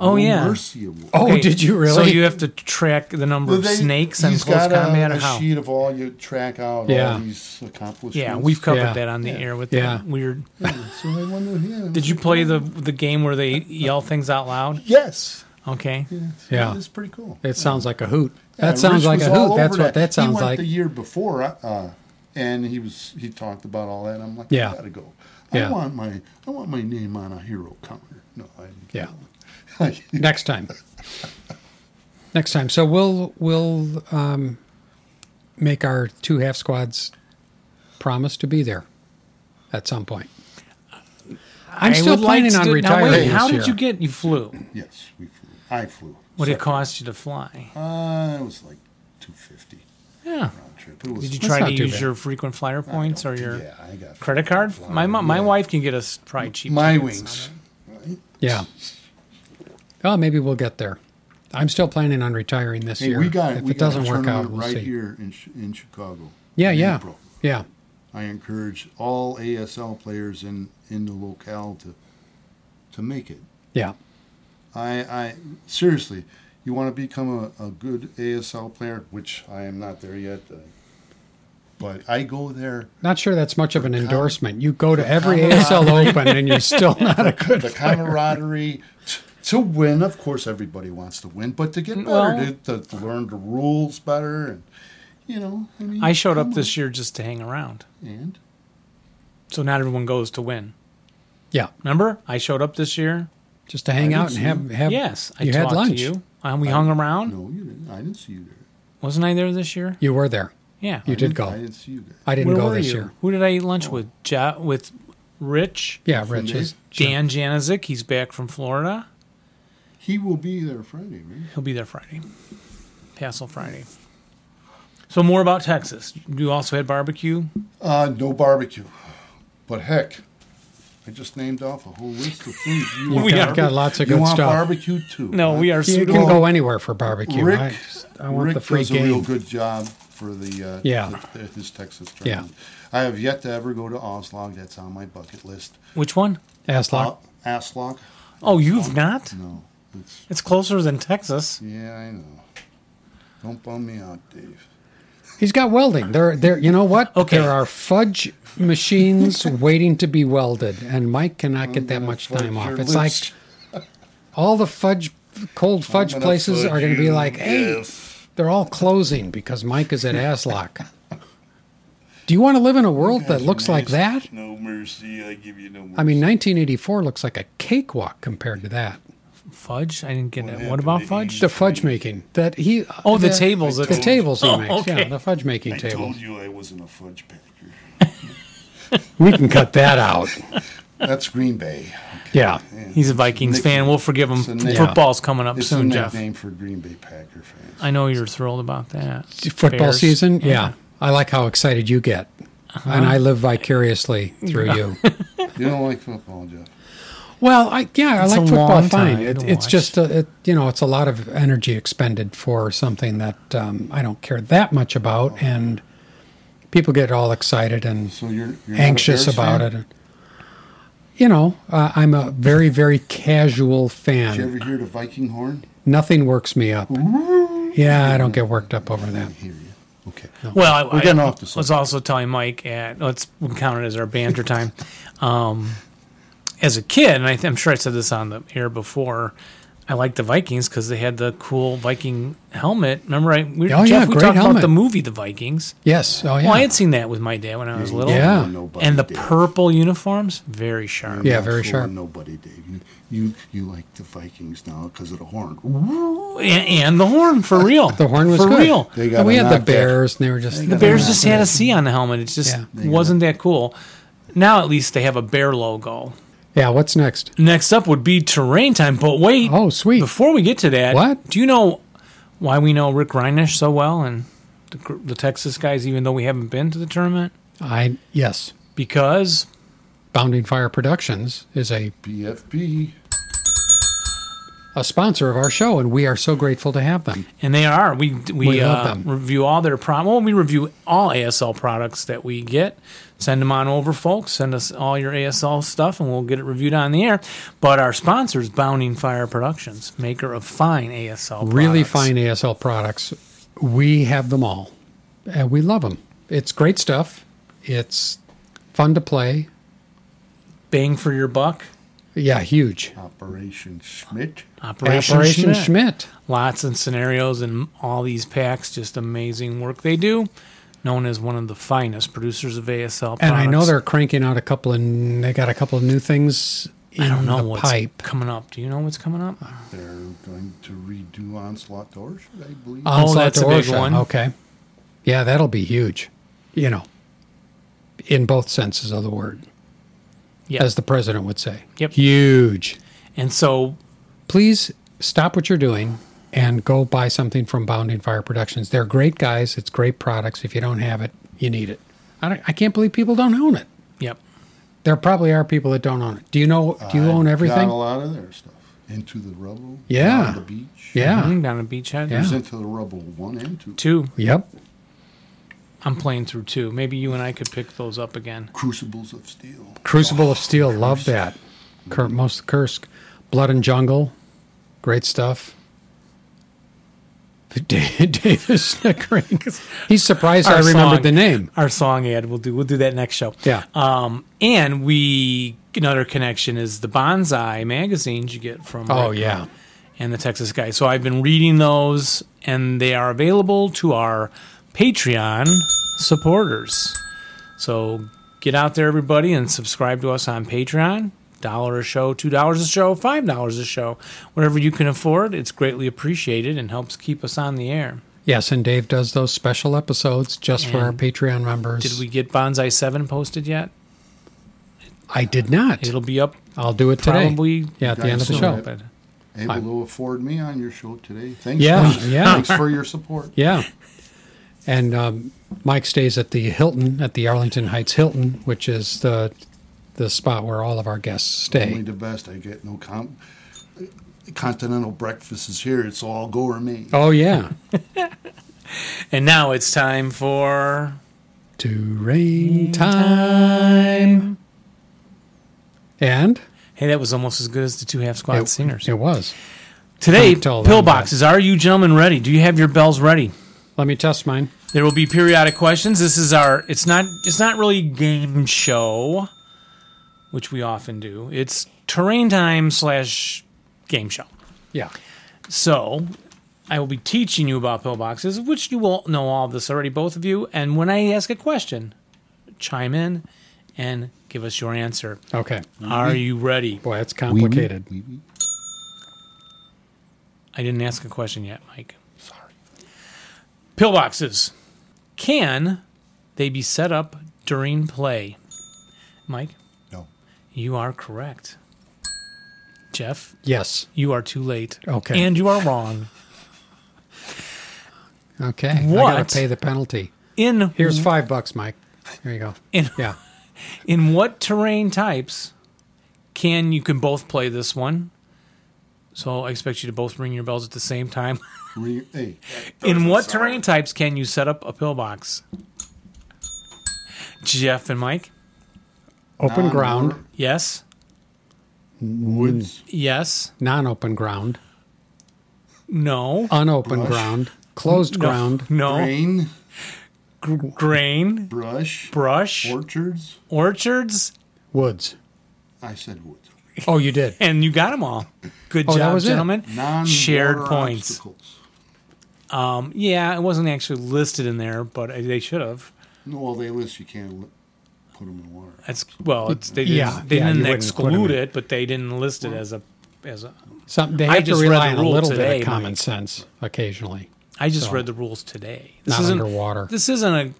[SPEAKER 2] Oh,
[SPEAKER 3] No
[SPEAKER 2] yeah.
[SPEAKER 3] Mercy Award.
[SPEAKER 1] Oh,
[SPEAKER 2] Okay,
[SPEAKER 1] did you really?
[SPEAKER 2] So you have to track the number
[SPEAKER 3] Well,
[SPEAKER 2] of
[SPEAKER 3] they-
[SPEAKER 2] snakes and
[SPEAKER 3] he's
[SPEAKER 2] close
[SPEAKER 3] got a-
[SPEAKER 2] combat
[SPEAKER 3] a,
[SPEAKER 2] or how?
[SPEAKER 3] sheet of all you track out
[SPEAKER 1] Yeah.
[SPEAKER 3] all these accomplishments.
[SPEAKER 2] Yeah, we've covered
[SPEAKER 1] Yeah.
[SPEAKER 2] that on the
[SPEAKER 3] Yeah.
[SPEAKER 2] air with
[SPEAKER 1] Yeah.
[SPEAKER 2] the weird.
[SPEAKER 3] So I wonder, yeah.
[SPEAKER 2] Did you play the the game where they yell things out loud?
[SPEAKER 3] Yes.
[SPEAKER 2] Okay.
[SPEAKER 3] Yes.
[SPEAKER 1] Yeah.
[SPEAKER 3] It's pretty cool.
[SPEAKER 1] It sounds like a hoot.
[SPEAKER 3] Yeah,
[SPEAKER 1] That sounds
[SPEAKER 3] Rich
[SPEAKER 1] like
[SPEAKER 3] was
[SPEAKER 1] a
[SPEAKER 3] all
[SPEAKER 1] hoot.
[SPEAKER 3] over
[SPEAKER 1] That's what that
[SPEAKER 3] he
[SPEAKER 1] sounds
[SPEAKER 3] went
[SPEAKER 1] like.
[SPEAKER 3] the year before, uh, and he was he talked about all that, and I'm like,
[SPEAKER 1] Yeah.
[SPEAKER 3] I gotta go.
[SPEAKER 1] Yeah.
[SPEAKER 3] I want my I want my name on a hero counter. No, I
[SPEAKER 1] Yeah.
[SPEAKER 3] I-
[SPEAKER 1] Next time. Next time. So we'll we'll um, make our two half squads promise to be there at some point. I'm
[SPEAKER 2] I
[SPEAKER 1] still
[SPEAKER 2] would like
[SPEAKER 1] planning
[SPEAKER 2] to
[SPEAKER 1] on
[SPEAKER 2] do- now,
[SPEAKER 1] retiring.
[SPEAKER 2] wait, how
[SPEAKER 1] this year.
[SPEAKER 2] did you get? You flew.
[SPEAKER 3] yes, we flew. I flew.
[SPEAKER 2] What did it cost you to fly?
[SPEAKER 3] Uh, it was like two fifty
[SPEAKER 2] Yeah.
[SPEAKER 3] round trip. It was
[SPEAKER 2] Did you
[SPEAKER 1] That's
[SPEAKER 2] try
[SPEAKER 1] not
[SPEAKER 2] to
[SPEAKER 1] too
[SPEAKER 2] use
[SPEAKER 1] bad.
[SPEAKER 2] your frequent flyer points or your
[SPEAKER 3] yeah, I got
[SPEAKER 2] credit card? My mo- my
[SPEAKER 3] Yeah.
[SPEAKER 2] wife can get us probably cheap.
[SPEAKER 3] my
[SPEAKER 2] tickets on it.
[SPEAKER 3] wings.
[SPEAKER 1] Yeah. Oh, maybe we'll get there. I'm still planning on retiring this
[SPEAKER 3] Hey,
[SPEAKER 1] year.
[SPEAKER 3] we got
[SPEAKER 1] if
[SPEAKER 3] we
[SPEAKER 1] it
[SPEAKER 3] got a
[SPEAKER 1] doesn't work out,
[SPEAKER 3] tournament
[SPEAKER 1] we'll
[SPEAKER 3] right
[SPEAKER 1] see.
[SPEAKER 3] here in Chi- in Chicago.
[SPEAKER 1] Yeah,
[SPEAKER 3] in
[SPEAKER 1] yeah,
[SPEAKER 3] April.
[SPEAKER 1] yeah.
[SPEAKER 3] I encourage all ASL players in in the locale to to make it.
[SPEAKER 1] Yeah.
[SPEAKER 3] I, I seriously, you want to become a, a good ASL player, which I am not there yet. Uh, but I go there.
[SPEAKER 1] Not sure that's much of an endorsement. You go to
[SPEAKER 3] for
[SPEAKER 1] every
[SPEAKER 3] Colorado.
[SPEAKER 1] ASL Open and you're still not a good.
[SPEAKER 3] The camaraderie t- to win. Of course, everybody wants to win, but to get better,
[SPEAKER 2] Well-
[SPEAKER 3] to, to learn the rules better, and you know, I mean,
[SPEAKER 2] I showed up this year just to hang around.
[SPEAKER 3] and
[SPEAKER 2] So not everyone goes to win.
[SPEAKER 1] Yeah,
[SPEAKER 2] Remember? I showed up this year.
[SPEAKER 1] just to hang
[SPEAKER 3] I
[SPEAKER 1] out and have
[SPEAKER 3] didn't
[SPEAKER 1] have.
[SPEAKER 2] Yes, I
[SPEAKER 1] you
[SPEAKER 2] talked
[SPEAKER 1] had lunch.
[SPEAKER 2] to you. Uh, we hung around.
[SPEAKER 3] no, you didn't. I didn't see you there.
[SPEAKER 2] Wasn't I there this year?
[SPEAKER 1] You were there.
[SPEAKER 2] Yeah.
[SPEAKER 1] You did
[SPEAKER 3] I
[SPEAKER 1] go.
[SPEAKER 3] didn't see you guys.
[SPEAKER 1] I didn't
[SPEAKER 2] Where
[SPEAKER 1] go
[SPEAKER 2] were
[SPEAKER 1] this
[SPEAKER 2] you?
[SPEAKER 1] year.
[SPEAKER 2] Who did I eat lunch with? Ja- with Rich,
[SPEAKER 1] Yeah, Rich
[SPEAKER 3] Dave?
[SPEAKER 1] is.
[SPEAKER 2] Dan Janizik. He's back from Florida.
[SPEAKER 3] He will be there Friday, right?
[SPEAKER 2] He'll be there Friday. Passel Friday. So more about Texas. You also had barbecue.
[SPEAKER 3] Uh, no barbecue, but heck, I just named off a whole list of foods. You want
[SPEAKER 2] We
[SPEAKER 1] Got,
[SPEAKER 2] are-
[SPEAKER 1] got lots of
[SPEAKER 3] you
[SPEAKER 1] good
[SPEAKER 3] want
[SPEAKER 1] stuff.
[SPEAKER 3] barbecue too?
[SPEAKER 2] No,
[SPEAKER 3] huh?
[SPEAKER 2] we are
[SPEAKER 1] You
[SPEAKER 2] pseudo.
[SPEAKER 1] can go anywhere for barbecue.
[SPEAKER 3] Rick,
[SPEAKER 1] I, just- I want
[SPEAKER 3] Rick
[SPEAKER 1] the free
[SPEAKER 3] does a real
[SPEAKER 1] game.
[SPEAKER 3] good job for the uh,
[SPEAKER 1] Yeah.
[SPEAKER 3] the- the- his Texas
[SPEAKER 1] Yeah.
[SPEAKER 3] tournament. I have yet to ever go to Oslog. That's on my bucket list.
[SPEAKER 2] Which one?
[SPEAKER 1] Aslock.
[SPEAKER 3] Uh, Aslog?
[SPEAKER 2] Oh, you've not?
[SPEAKER 3] No, it's
[SPEAKER 2] It's closer than Texas.
[SPEAKER 3] yeah, I know. Don't bum me out, Dave.
[SPEAKER 1] He's got welding. There, there. You know what?
[SPEAKER 2] Okay.
[SPEAKER 1] There are fudge machines waiting to be welded, and Mike cannot get that
[SPEAKER 3] gonna
[SPEAKER 1] much
[SPEAKER 3] fudge
[SPEAKER 1] time off.
[SPEAKER 3] your
[SPEAKER 1] It's
[SPEAKER 3] lips.
[SPEAKER 1] like all the fudge, cold fudge
[SPEAKER 3] gonna
[SPEAKER 1] places
[SPEAKER 3] fudge
[SPEAKER 1] are going to be
[SPEAKER 3] you,
[SPEAKER 1] like, hey,
[SPEAKER 3] Jeff.
[SPEAKER 1] they're all closing because Mike is at Aslock. Do you want to live in a world that looks like that?
[SPEAKER 4] No mercy, I give you no mercy.
[SPEAKER 1] I mean, 1984 looks like a cakewalk compared to that.
[SPEAKER 2] Fudge? I didn't get that. What
[SPEAKER 4] happened
[SPEAKER 2] about
[SPEAKER 4] to
[SPEAKER 2] fudge?
[SPEAKER 1] The fudge making that he.
[SPEAKER 2] Oh, the tables that-
[SPEAKER 1] The tables he
[SPEAKER 2] Oh,
[SPEAKER 1] makes. Yeah,
[SPEAKER 2] okay.
[SPEAKER 1] the fudge making
[SPEAKER 4] I
[SPEAKER 1] tables.
[SPEAKER 4] told you I wasn't a fudge packer.
[SPEAKER 1] We can cut that out.
[SPEAKER 3] That's Green Bay.
[SPEAKER 1] Yeah.
[SPEAKER 2] He's a Vikings
[SPEAKER 3] Nick-
[SPEAKER 2] fan. We'll forgive him.
[SPEAKER 3] it's a nick-
[SPEAKER 2] Football's coming up
[SPEAKER 3] It's
[SPEAKER 2] soon,
[SPEAKER 3] a
[SPEAKER 2] Jeff.
[SPEAKER 3] nickname for Green Bay Packer fans.
[SPEAKER 2] I know you're thrilled about that.
[SPEAKER 1] Football
[SPEAKER 2] Bears. Uh-huh.
[SPEAKER 1] season. Yeah. I like how excited you get, and I live vicariously through you.
[SPEAKER 3] You don't like football, Jeff.
[SPEAKER 1] Well, I yeah, I
[SPEAKER 2] It's
[SPEAKER 1] like
[SPEAKER 2] a
[SPEAKER 1] football
[SPEAKER 2] long
[SPEAKER 1] fine.
[SPEAKER 2] time
[SPEAKER 1] It,
[SPEAKER 2] to
[SPEAKER 1] it's
[SPEAKER 2] watch.
[SPEAKER 1] just a, it, you know, it's a lot of energy expended for something that um, I don't care that much about, and people get all excited and
[SPEAKER 3] So you're, you're
[SPEAKER 1] anxious about it. You know, uh, I'm a very very casual fan.
[SPEAKER 3] Did you ever hear the Viking horn?
[SPEAKER 1] Nothing works me up. Yeah, I don't get worked up over that.
[SPEAKER 3] Hear you. Okay.
[SPEAKER 2] Well, I,
[SPEAKER 3] We're getting
[SPEAKER 2] I-
[SPEAKER 3] off the subject.
[SPEAKER 2] Let's also telling Mike, at, let's we'll count it as our banter time. Um, as a kid, and I th- I'm sure I said this on the air before, I liked the Vikings because they had the cool Viking helmet. Remember, I we,
[SPEAKER 1] Oh,
[SPEAKER 2] Jeff,
[SPEAKER 1] yeah,
[SPEAKER 2] we
[SPEAKER 1] great
[SPEAKER 2] talked about
[SPEAKER 1] helmet.
[SPEAKER 2] the movie The Vikings.
[SPEAKER 1] Yes. Oh yeah.
[SPEAKER 2] Well, I had seen that with my dad when I was little.
[SPEAKER 1] Yeah.
[SPEAKER 3] Nobody
[SPEAKER 2] And the
[SPEAKER 3] did.
[SPEAKER 2] purple uniforms, very sharp.
[SPEAKER 1] Yeah.
[SPEAKER 3] Not
[SPEAKER 1] very
[SPEAKER 3] fooling
[SPEAKER 1] sharp.
[SPEAKER 3] Nobody, Dave. You, you you like the Vikings now because of the horn.
[SPEAKER 2] A- And the horn for real.
[SPEAKER 1] the horn was
[SPEAKER 2] for
[SPEAKER 1] good.
[SPEAKER 2] real.
[SPEAKER 3] They got
[SPEAKER 1] And we
[SPEAKER 3] a
[SPEAKER 1] had the
[SPEAKER 3] knockback.
[SPEAKER 1] bears, and they were just
[SPEAKER 3] They
[SPEAKER 2] The
[SPEAKER 3] got
[SPEAKER 2] Bears
[SPEAKER 3] Yeah.
[SPEAKER 2] just had a C on the helmet. It just
[SPEAKER 1] Yeah.
[SPEAKER 2] wasn't that cool. Now at least they have a bear logo.
[SPEAKER 1] Yeah. What's next?
[SPEAKER 2] Next up would be terrain time, but wait.
[SPEAKER 1] Oh, sweet.
[SPEAKER 2] Before we get to that,
[SPEAKER 1] What?
[SPEAKER 2] do you know why we know Rick Reinish so well and the, gr- the Texas guys, even though we haven't been to the tournament?
[SPEAKER 1] I yes.
[SPEAKER 2] Because
[SPEAKER 1] Bounding Fire Productions is a
[SPEAKER 3] BFB.
[SPEAKER 1] a sponsor of our show, and we are so grateful to have them.
[SPEAKER 2] and they are we we,
[SPEAKER 1] We love
[SPEAKER 2] uh,
[SPEAKER 1] them.
[SPEAKER 2] review all their pro. Well, we review all ASL products that we get. Send them on over, folks. Send us all your ASL stuff, and we'll get it reviewed on the air. But our sponsor is Bounding Fire Productions, maker of fine ASL,
[SPEAKER 1] Really
[SPEAKER 2] products.
[SPEAKER 1] fine ASL products. We have them all, and we love them. It's great stuff. It's fun to play.
[SPEAKER 2] bang for your buck.
[SPEAKER 1] Yeah, huge.
[SPEAKER 3] Operation Schmidt.
[SPEAKER 2] Operation,
[SPEAKER 1] Operation
[SPEAKER 2] Schmidt.
[SPEAKER 1] Schmidt.
[SPEAKER 2] lots and scenarios and all these packs just amazing work they do known as one of the finest producers of asl
[SPEAKER 1] And I know
[SPEAKER 2] products.
[SPEAKER 1] they're cranking out a couple of. n- They got a couple of new things in
[SPEAKER 2] i don't know
[SPEAKER 1] the
[SPEAKER 2] what's
[SPEAKER 1] pipe.
[SPEAKER 2] coming up do you know what's coming up
[SPEAKER 3] They're going to redo Onslaught Doors, I believe.
[SPEAKER 1] Onslaught
[SPEAKER 2] Oh, that's a
[SPEAKER 1] to
[SPEAKER 2] big
[SPEAKER 1] Orsha.
[SPEAKER 2] one.
[SPEAKER 1] Okay. Yeah, that'll be huge. You know, in both senses of the word,
[SPEAKER 2] yeah
[SPEAKER 1] as the president would say.
[SPEAKER 2] Yep.
[SPEAKER 1] Huge.
[SPEAKER 2] and so
[SPEAKER 1] please stop what you're doing and go buy something from Bounding Fire Productions. They're great guys. It's great products. If you don't have it, you need it. I, don't, I can't believe people don't own it.
[SPEAKER 2] yep
[SPEAKER 1] There probably are people that don't own it. Do you know? Do you own
[SPEAKER 3] I've
[SPEAKER 1] everything?
[SPEAKER 3] Got a lot of their stuff. Into the Rubble.
[SPEAKER 1] Yeah.
[SPEAKER 3] On the beach.
[SPEAKER 1] yeah.
[SPEAKER 2] Mhm, down at beachhead
[SPEAKER 1] Yeah.
[SPEAKER 3] There's Into the Rubble one and two.
[SPEAKER 2] two
[SPEAKER 1] Yep.
[SPEAKER 2] i'm playing through two maybe you and i could pick those up again
[SPEAKER 3] Crucibles of Steel.
[SPEAKER 1] Crucible of Steel. Love that. Kurt, most of Kursk. Blood and Jungle. Great stuff. Dave is snickering. He's surprised I
[SPEAKER 2] Our
[SPEAKER 1] remembered
[SPEAKER 2] song.
[SPEAKER 1] the name.
[SPEAKER 2] our song ad we'll do we'll do that next show
[SPEAKER 1] Yeah.
[SPEAKER 2] um and we another connection is the bonsai magazines you get from
[SPEAKER 1] Oh,
[SPEAKER 2] Rick
[SPEAKER 1] yeah.
[SPEAKER 2] and the Texas guy. So I've been reading those, and they are available to our Patreon supporters. So get out there, everybody, and subscribe to us on Patreon. Dollar a show, two dollars a show, five dollars a show, whatever you can afford. It's greatly appreciated and helps keep us on the air.
[SPEAKER 1] Yes, and Dave does those special episodes just for our
[SPEAKER 2] And
[SPEAKER 1] Patreon members.
[SPEAKER 2] Did we get Bonsai Seven posted yet?
[SPEAKER 1] I did not.
[SPEAKER 2] It'll be up
[SPEAKER 1] I'll do it today.
[SPEAKER 2] probably
[SPEAKER 1] yeah, at the end of the
[SPEAKER 2] soon,
[SPEAKER 1] show.
[SPEAKER 2] but-
[SPEAKER 3] Able to afford me on your show today. Thanks.
[SPEAKER 1] Yeah,
[SPEAKER 3] for,
[SPEAKER 1] yeah.
[SPEAKER 3] Thanks for your support.
[SPEAKER 1] Yeah. And um, Mike stays at the Hilton at the Arlington Heights Hilton, which is the the spot where all of our guests
[SPEAKER 3] Only
[SPEAKER 1] stay.
[SPEAKER 3] the best. I get no com- continental breakfast is here. It's all gourmet.
[SPEAKER 1] Oh yeah.
[SPEAKER 2] And now it's time for
[SPEAKER 1] to rain time. And
[SPEAKER 2] hey, that was almost as good as the two half squad
[SPEAKER 1] it,
[SPEAKER 2] singers.
[SPEAKER 1] it was.
[SPEAKER 2] Today,
[SPEAKER 1] Don't tell them
[SPEAKER 2] pillboxes. Are you gentlemen ready? Do you have your bells ready?
[SPEAKER 1] Let me test mine.
[SPEAKER 2] There will be periodic questions. This is our. It's not. It's not really a game show, which we often do. It's terrain time slash game show.
[SPEAKER 1] Yeah.
[SPEAKER 2] So, I will be teaching you about pillboxes, which you will know all of this already, both of you. And when I ask a question, chime in and give us your answer.
[SPEAKER 1] Okay. Mm-hmm.
[SPEAKER 2] Are you ready?
[SPEAKER 1] Boy, that's
[SPEAKER 3] Wee wee,
[SPEAKER 1] complicated.
[SPEAKER 3] wee wee.
[SPEAKER 2] I didn't ask a question yet, Mike. Sorry. Pillboxes. Can they be set up during play? Mike,
[SPEAKER 3] No.
[SPEAKER 2] you are correct. Jeff,
[SPEAKER 1] Yes.
[SPEAKER 2] you are too late.
[SPEAKER 1] Okay.
[SPEAKER 2] And you are wrong.
[SPEAKER 1] Okay. I
[SPEAKER 2] What?
[SPEAKER 1] gotta pay the penalty.
[SPEAKER 2] In
[SPEAKER 1] Here's five bucks, Mike. Here you go.
[SPEAKER 2] in
[SPEAKER 1] Yeah.
[SPEAKER 2] in what terrain types can you can both play this one. So I expect you to both ring your bells at the same time.
[SPEAKER 3] Re- hey,
[SPEAKER 2] In
[SPEAKER 4] Doesn't
[SPEAKER 2] what
[SPEAKER 4] sound-
[SPEAKER 2] terrain types can you set up a pillbox? Jeff and Mike?
[SPEAKER 1] Open ground,
[SPEAKER 3] non-wood-
[SPEAKER 2] Yes.
[SPEAKER 3] woods,
[SPEAKER 1] Mm.
[SPEAKER 2] Yes.
[SPEAKER 1] non open ground,
[SPEAKER 2] No.
[SPEAKER 1] unopened
[SPEAKER 3] Brush.
[SPEAKER 1] ground, closed
[SPEAKER 2] No.
[SPEAKER 1] ground,
[SPEAKER 2] No.
[SPEAKER 3] grain,
[SPEAKER 2] Gr- grain.
[SPEAKER 3] brush,
[SPEAKER 2] Brush.
[SPEAKER 3] orchards.
[SPEAKER 2] orchards.
[SPEAKER 1] woods.
[SPEAKER 3] I said woods.
[SPEAKER 1] Oh, you did.
[SPEAKER 2] And you got them all. Good
[SPEAKER 1] Oh, that
[SPEAKER 2] job,
[SPEAKER 1] was it.
[SPEAKER 2] gentlemen.
[SPEAKER 3] Non
[SPEAKER 2] Shared points.
[SPEAKER 3] Obstacles.
[SPEAKER 2] Um, yeah, it wasn't actually listed in there, but uh, they should have.
[SPEAKER 3] No, well, they list you can't li- put them in water.
[SPEAKER 2] That's well, it's, they didn't,
[SPEAKER 1] Yeah,
[SPEAKER 2] they
[SPEAKER 1] yeah, you
[SPEAKER 2] didn't
[SPEAKER 1] wouldn't put 'em
[SPEAKER 2] exclude
[SPEAKER 1] in.
[SPEAKER 2] it, but they didn't list it as a as a.
[SPEAKER 1] Something they
[SPEAKER 2] I
[SPEAKER 1] have to
[SPEAKER 2] just read
[SPEAKER 1] rely
[SPEAKER 2] the
[SPEAKER 1] on a
[SPEAKER 2] rule
[SPEAKER 1] little bit
[SPEAKER 2] today,
[SPEAKER 1] of common
[SPEAKER 2] Mike.
[SPEAKER 1] sense occasionally.
[SPEAKER 2] I just
[SPEAKER 1] So,
[SPEAKER 2] read the rules today.
[SPEAKER 1] not
[SPEAKER 2] isn't,
[SPEAKER 1] underwater.
[SPEAKER 2] This isn't a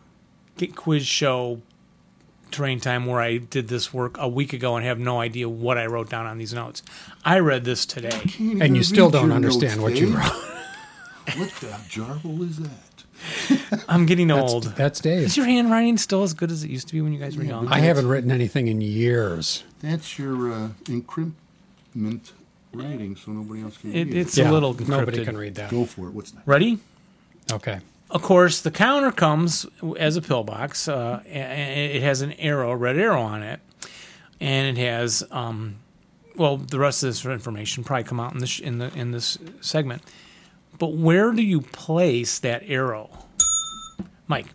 [SPEAKER 2] g- quiz show terrain time where I did this work a week ago and have no idea what I wrote down on these notes. I read this today.
[SPEAKER 1] And you still don't understand what you wrote.
[SPEAKER 3] What the jarble is that?
[SPEAKER 2] I'm getting
[SPEAKER 1] That's,
[SPEAKER 2] old.
[SPEAKER 1] that's
[SPEAKER 2] Is
[SPEAKER 1] Dave.
[SPEAKER 2] your handwriting still as good as it used to be when you guys were young?
[SPEAKER 1] I haven't written anything in years.
[SPEAKER 3] That's your uh, increment writing, so nobody else can
[SPEAKER 2] It,
[SPEAKER 3] read
[SPEAKER 2] it's
[SPEAKER 3] it.
[SPEAKER 2] a little
[SPEAKER 1] nobody
[SPEAKER 2] encrypted.
[SPEAKER 1] can read that.
[SPEAKER 3] Go for it. What's next?
[SPEAKER 2] Ready?
[SPEAKER 1] Okay.
[SPEAKER 2] of course, the counter comes as a pillbox. Uh, a- a- it has an arrow, a red arrow on it, and it has. Um, well, the rest of this information probably come out in this in the in this segment. But where do you place that arrow, Mike?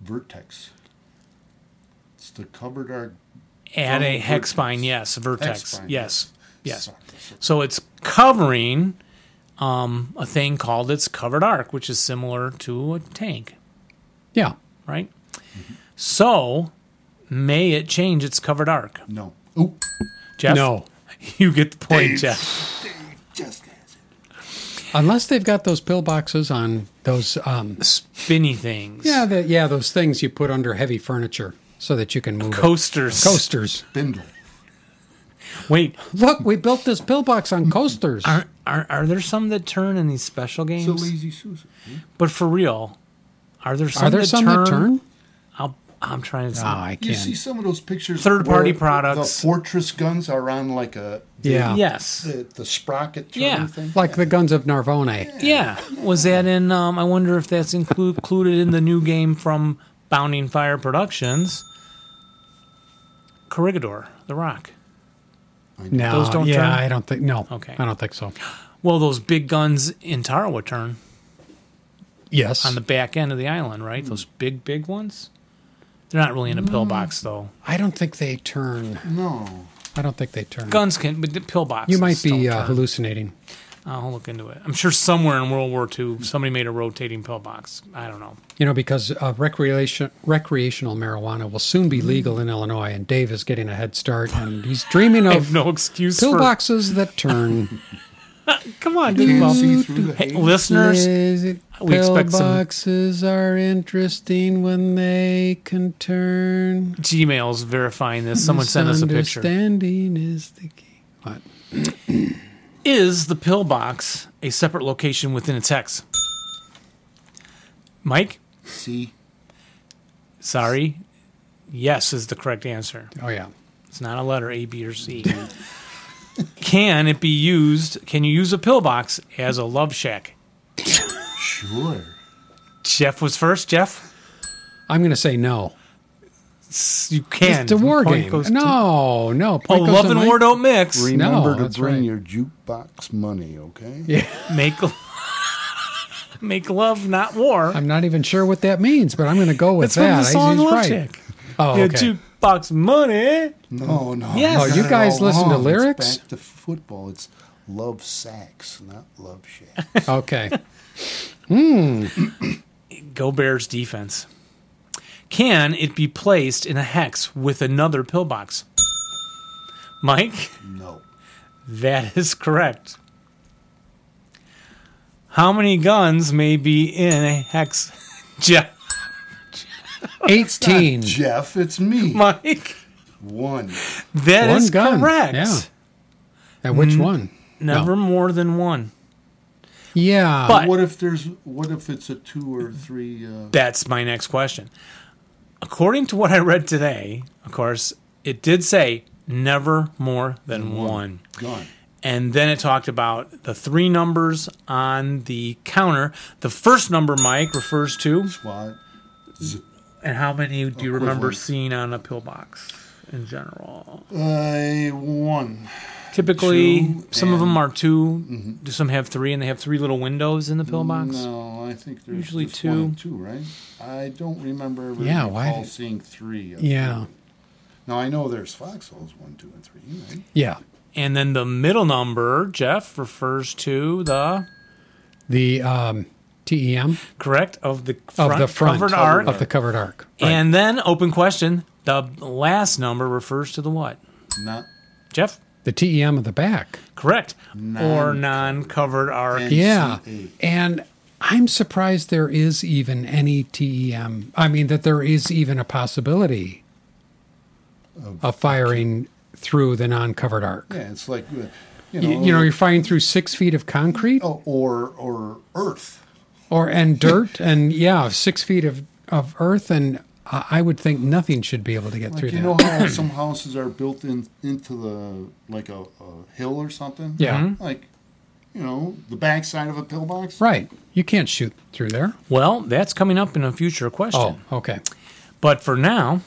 [SPEAKER 3] Vertex. It's the cupboard art.
[SPEAKER 2] At a
[SPEAKER 3] Oh,
[SPEAKER 2] hex
[SPEAKER 3] vertex.
[SPEAKER 2] spine, yes, vertex,
[SPEAKER 3] Hex spine,
[SPEAKER 2] yes, yes.
[SPEAKER 3] Sorry.
[SPEAKER 2] So it's covering um, a thing called its covered arc, which is similar to a tank.
[SPEAKER 1] Yeah.
[SPEAKER 2] right? So, may it change its covered arc?
[SPEAKER 3] No. Oh,
[SPEAKER 2] Jeff,
[SPEAKER 1] No.
[SPEAKER 2] you get the point, Jeff.
[SPEAKER 3] just that's it.
[SPEAKER 1] Unless they've got those pillboxes on those um
[SPEAKER 2] Spinny things,
[SPEAKER 1] yeah, the, yeah, those things you put under heavy furniture so that you can move it.
[SPEAKER 2] coasters.
[SPEAKER 1] coasters.
[SPEAKER 3] Spindle.
[SPEAKER 2] Wait,
[SPEAKER 1] Look, we built this pillbox on coasters.
[SPEAKER 2] are, are are there some that turn in these special games?
[SPEAKER 3] It's a lazy Susan. Hmm?
[SPEAKER 2] But for real, are there some?
[SPEAKER 1] Are there
[SPEAKER 2] that
[SPEAKER 1] some
[SPEAKER 2] turn?
[SPEAKER 1] that turn?
[SPEAKER 2] I'll, I'm trying to.
[SPEAKER 1] Oh,
[SPEAKER 2] see.
[SPEAKER 1] I
[SPEAKER 3] You see
[SPEAKER 1] can't.
[SPEAKER 3] some of those pictures.
[SPEAKER 2] Third-party
[SPEAKER 3] where
[SPEAKER 2] products.
[SPEAKER 3] The fortress guns are on like a
[SPEAKER 1] Yeah.
[SPEAKER 2] yes.
[SPEAKER 3] the, the sprocket turning
[SPEAKER 2] Yeah.
[SPEAKER 3] thing.
[SPEAKER 1] Like the guns of Narvone.
[SPEAKER 2] Yeah. Was that in? Um, I wonder if that's inclu- included in the new game from Bounding Fire Productions. Corregidor, The Rock.
[SPEAKER 1] No,
[SPEAKER 2] Those don't
[SPEAKER 1] yeah,
[SPEAKER 2] turn?
[SPEAKER 1] I don't think. No,
[SPEAKER 2] Okay.
[SPEAKER 1] I don't think so.
[SPEAKER 2] Well, those big guns in Tarawa turn
[SPEAKER 1] Yes,
[SPEAKER 2] on the back end of the island, right?
[SPEAKER 1] Mm.
[SPEAKER 2] Those big, big ones. They're not really in a pillbox though.
[SPEAKER 1] I don't think they turn.
[SPEAKER 3] No.
[SPEAKER 1] I don't think they turn.
[SPEAKER 2] Guns can, but the pillbox.
[SPEAKER 1] you might be uh, hallucinating.
[SPEAKER 2] I'll look into it. I'm sure somewhere in World War II, somebody made a rotating pillbox. I don't know.
[SPEAKER 1] You know, because uh, recreation, recreational marijuana will soon be legal in Illinois, and Dave is getting a head start, and he's dreaming
[SPEAKER 2] I have
[SPEAKER 1] of
[SPEAKER 2] no excuse
[SPEAKER 1] pillboxes that turn.
[SPEAKER 2] for. Come on,
[SPEAKER 3] Can't
[SPEAKER 2] dude. Well,
[SPEAKER 3] see through the
[SPEAKER 2] hey,
[SPEAKER 3] haze.
[SPEAKER 2] listeners,
[SPEAKER 1] Lazy-
[SPEAKER 2] we expect some-
[SPEAKER 1] pillboxes are interesting when they can turn.
[SPEAKER 2] Gmail's verifying this. Someone sent us a picture.
[SPEAKER 1] Understanding is the key. What?
[SPEAKER 2] Is the pillbox a separate location within its hex? Mike,
[SPEAKER 3] See.
[SPEAKER 2] sorry. Yes is the correct answer.
[SPEAKER 1] Oh yeah.
[SPEAKER 2] It's not a letter A, B, or C. can it be used? Can you use a pillbox as a love shack?
[SPEAKER 3] Sure.
[SPEAKER 2] Jeff was first. Jeff,
[SPEAKER 1] I'm going to say no.
[SPEAKER 2] S- you can.
[SPEAKER 1] It's a war
[SPEAKER 2] Point
[SPEAKER 1] game.
[SPEAKER 2] goes to-
[SPEAKER 1] No, no.
[SPEAKER 2] oh,
[SPEAKER 1] Point goes
[SPEAKER 2] love
[SPEAKER 1] to
[SPEAKER 2] and
[SPEAKER 1] Mike.
[SPEAKER 2] war don't mix.
[SPEAKER 3] Remember to
[SPEAKER 1] that's
[SPEAKER 3] bring
[SPEAKER 1] right.
[SPEAKER 3] your jukebox money, okay?
[SPEAKER 2] Make make love, not war.
[SPEAKER 1] I'm not even sure what that means, but I'm going to go with
[SPEAKER 2] That's
[SPEAKER 1] that.
[SPEAKER 2] from the
[SPEAKER 1] I-
[SPEAKER 2] song
[SPEAKER 1] he's
[SPEAKER 2] Love
[SPEAKER 1] right.
[SPEAKER 2] Shack.
[SPEAKER 1] Oh,
[SPEAKER 2] Yeah,
[SPEAKER 1] okay.
[SPEAKER 2] jukebox money.
[SPEAKER 3] No, no.
[SPEAKER 2] Yes. Oh, you
[SPEAKER 3] you've got it
[SPEAKER 1] guys
[SPEAKER 3] all
[SPEAKER 1] listen to
[SPEAKER 3] wrong. It's
[SPEAKER 1] lyrics?
[SPEAKER 3] back to football. It's love sacks, not love shack.
[SPEAKER 1] okay.
[SPEAKER 2] Go Bears defense. Can it be placed in a hex with another pillbox? Mike.
[SPEAKER 3] no.
[SPEAKER 2] That is correct. How many guns may be in a hex? Jeff,
[SPEAKER 1] 18.
[SPEAKER 3] Jeff, it's me.
[SPEAKER 2] Mike,
[SPEAKER 3] One.
[SPEAKER 2] that is
[SPEAKER 1] One gun,
[SPEAKER 2] correct.
[SPEAKER 1] yeah. Now, which one?
[SPEAKER 2] Never more than one.
[SPEAKER 1] Yeah.
[SPEAKER 2] But-
[SPEAKER 3] What if there's? What if it's a two or three? Uh,
[SPEAKER 2] That's my next question. According to what I read today, of course, it did say never more than one.
[SPEAKER 3] Gone.
[SPEAKER 2] And then it talked about the three numbers on the counter. The first number, Mike, refers to,
[SPEAKER 3] Squad.
[SPEAKER 2] and how many do you remember
[SPEAKER 3] Equivalent.
[SPEAKER 2] seeing on a pillbox in general?
[SPEAKER 3] Uh, one.
[SPEAKER 2] Typically,
[SPEAKER 3] Two
[SPEAKER 2] some of
[SPEAKER 3] and- Mm-hmm.
[SPEAKER 2] them are 2 Do some have three, and they have three little windows in the pillbox?
[SPEAKER 3] No, I think there's
[SPEAKER 2] Usually
[SPEAKER 3] just one and
[SPEAKER 2] two.
[SPEAKER 3] two, right? I don't remember. Ever
[SPEAKER 1] Yeah,
[SPEAKER 3] recall
[SPEAKER 1] why did-
[SPEAKER 3] seeing three? up
[SPEAKER 1] Yeah.
[SPEAKER 3] there. Now I know there's foxholes one, two, and three. Right?
[SPEAKER 1] Yeah.
[SPEAKER 2] And then the middle number, Jeff, refers to the
[SPEAKER 1] The um, TEM
[SPEAKER 2] correct of the
[SPEAKER 1] of
[SPEAKER 2] front,
[SPEAKER 1] the front
[SPEAKER 2] covered arc.
[SPEAKER 1] of the covered arc. Right.
[SPEAKER 2] And then open question, the last number refers to the what?
[SPEAKER 3] Not
[SPEAKER 2] Jeff?
[SPEAKER 1] the TEM of the back.
[SPEAKER 2] Correct. or non-covered arc.
[SPEAKER 3] And-
[SPEAKER 1] Yeah.
[SPEAKER 3] NCA.
[SPEAKER 1] And I'm surprised there is even any TEM. I mean, that there is even a possibility of firing through the non covered arc.
[SPEAKER 3] yeah. It's like uh, you
[SPEAKER 1] You,
[SPEAKER 3] know,
[SPEAKER 1] you know, you're firing through six feet of concrete
[SPEAKER 3] oh, or or earth.
[SPEAKER 1] or and dirt and, yeah, six feet of, of earth. And I I would think nothing should be able to get through
[SPEAKER 3] Like you
[SPEAKER 1] that.
[SPEAKER 3] know how some houses are built in into the like a, a hill or something.
[SPEAKER 1] Yeah. Mhm.
[SPEAKER 3] Like you know the backside of a pillbox.
[SPEAKER 1] right. You can't shoot through there.
[SPEAKER 2] Well, that's coming up in a future question.
[SPEAKER 1] Oh, okay.
[SPEAKER 2] But for now,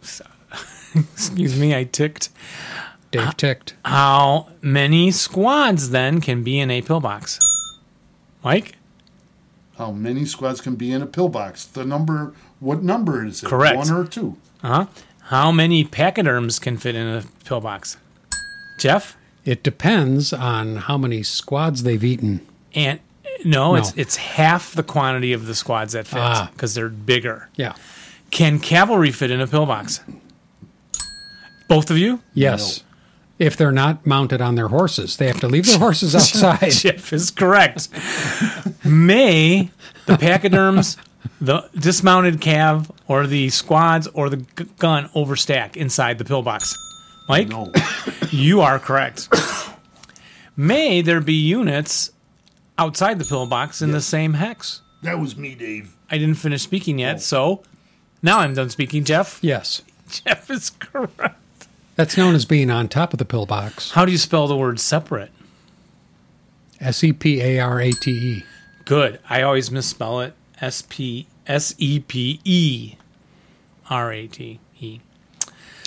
[SPEAKER 2] excuse me, I ticked.
[SPEAKER 1] Dave ticked.
[SPEAKER 2] How many squads then can be in a pillbox? Mike?
[SPEAKER 3] How many squads can be in a pillbox? The number. What number is it?
[SPEAKER 2] Correct.
[SPEAKER 3] One or two.
[SPEAKER 2] Uh huh. How many pachyderms can fit in a pillbox? Jeff?
[SPEAKER 1] It depends on how many squads they've eaten.
[SPEAKER 2] And no, it's
[SPEAKER 1] No.
[SPEAKER 2] it's half the quantity of the squads that fit
[SPEAKER 1] Ah.
[SPEAKER 2] because they're bigger.
[SPEAKER 1] Yeah.
[SPEAKER 2] Can cavalry fit in a pillbox? Both of you?
[SPEAKER 1] Yes. If they're not mounted on their horses, they have to leave their horses outside.
[SPEAKER 2] Jeff is correct. May the pachyderms, the dismounted calf, or the squads, or the g- gun overstack inside the pillbox? Mike,
[SPEAKER 3] No.
[SPEAKER 2] you are correct. May there be units outside the pillbox in the same hex?
[SPEAKER 3] that was me, Dave.
[SPEAKER 2] I didn't finish speaking yet, so now I'm done speaking. Jeff,
[SPEAKER 1] yes.
[SPEAKER 2] Jeff is correct.
[SPEAKER 1] That's known as being on top of the pillbox.
[SPEAKER 2] How do you spell the word separate?
[SPEAKER 1] S E P A R A T E.
[SPEAKER 2] Good. I always misspell it. S P S E P E R A T E.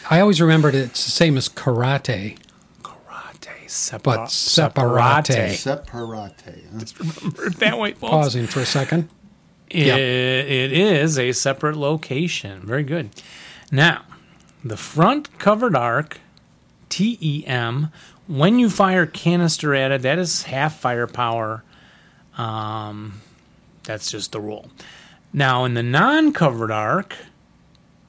[SPEAKER 1] I always remembered it's the same as karate.
[SPEAKER 2] Karate. Separa-
[SPEAKER 1] But separate.
[SPEAKER 3] Separate. huh?
[SPEAKER 2] Remember it that way, folks.
[SPEAKER 1] Pausing for a second.
[SPEAKER 2] It,
[SPEAKER 1] Yeah.
[SPEAKER 2] it is a separate location. Very good. Now, the front covered arc, TEM, when you fire canister at it, that is half firepower. Um, that's just the rule. Now, in the non covered arc,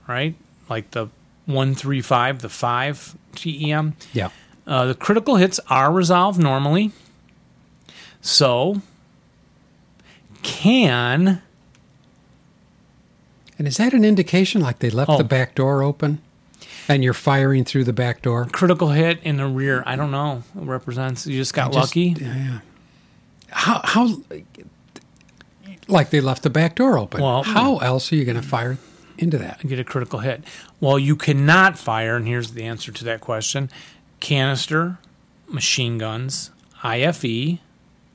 [SPEAKER 2] right, like the 135, the 5 TEM,
[SPEAKER 1] Yeah.
[SPEAKER 2] uh, the critical hits are resolved normally. So, can.
[SPEAKER 1] And is that an indication like they left
[SPEAKER 2] Oh.
[SPEAKER 1] the back door open and you're firing through the back door?
[SPEAKER 2] critical hit in the rear. I don't know. It represents you just got
[SPEAKER 1] Just-
[SPEAKER 2] lucky.
[SPEAKER 1] yeah, yeah. How how like they left the back door open.
[SPEAKER 2] Well-
[SPEAKER 1] how else are you going to fire into that?
[SPEAKER 2] Get a critical hit. Well, you cannot fire, and here's the answer to that question: canister, machine guns, IFE,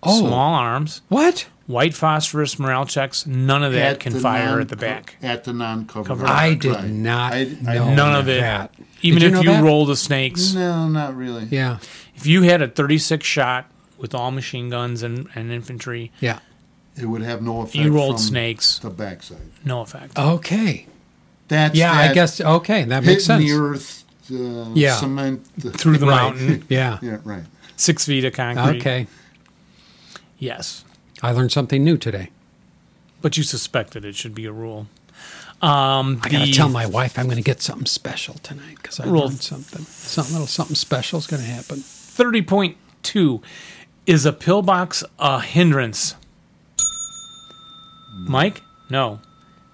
[SPEAKER 1] Oh.
[SPEAKER 2] small arms,
[SPEAKER 1] What?
[SPEAKER 2] white phosphorus, morale checks. None of that can
[SPEAKER 3] the
[SPEAKER 2] fire
[SPEAKER 3] non-
[SPEAKER 2] at the back.
[SPEAKER 3] At the non-covered.
[SPEAKER 1] I
[SPEAKER 3] arc,
[SPEAKER 1] did
[SPEAKER 3] right.
[SPEAKER 1] not
[SPEAKER 3] I- I-
[SPEAKER 1] know
[SPEAKER 2] Uh, None of it.
[SPEAKER 1] that.
[SPEAKER 2] Even
[SPEAKER 1] Did
[SPEAKER 2] if
[SPEAKER 1] know
[SPEAKER 2] you
[SPEAKER 1] that? Mm-hmm.
[SPEAKER 2] roll the snakes,
[SPEAKER 3] No, not really.
[SPEAKER 1] Yeah.
[SPEAKER 2] if you had a 36 shot with all machine guns and, and infantry,
[SPEAKER 1] Yeah.
[SPEAKER 3] It would have no effect.
[SPEAKER 2] you rolled
[SPEAKER 3] from
[SPEAKER 2] snakes,
[SPEAKER 3] The backside.
[SPEAKER 2] no effect.
[SPEAKER 1] Okay.
[SPEAKER 3] That's
[SPEAKER 1] Yeah,
[SPEAKER 3] that
[SPEAKER 1] I guess okay, that
[SPEAKER 3] Hit
[SPEAKER 1] makes sense.
[SPEAKER 3] in the earth. Uh,
[SPEAKER 1] Yeah.
[SPEAKER 3] Cement
[SPEAKER 2] Through the
[SPEAKER 1] Right.
[SPEAKER 2] mountain,
[SPEAKER 1] Yeah.
[SPEAKER 3] Yeah. Right.
[SPEAKER 2] six feet of concrete.
[SPEAKER 1] Okay.
[SPEAKER 2] Yes.
[SPEAKER 1] I learned something new today.
[SPEAKER 2] but you suspected it should be a rule. Um,
[SPEAKER 1] I got
[SPEAKER 2] the
[SPEAKER 1] to tell my wife I'm going to get something special tonight cuz I
[SPEAKER 2] Rule-
[SPEAKER 1] learned something. Something little something special is going to happen.
[SPEAKER 2] 30.2 is a pillbox a hindrance? Mike? No.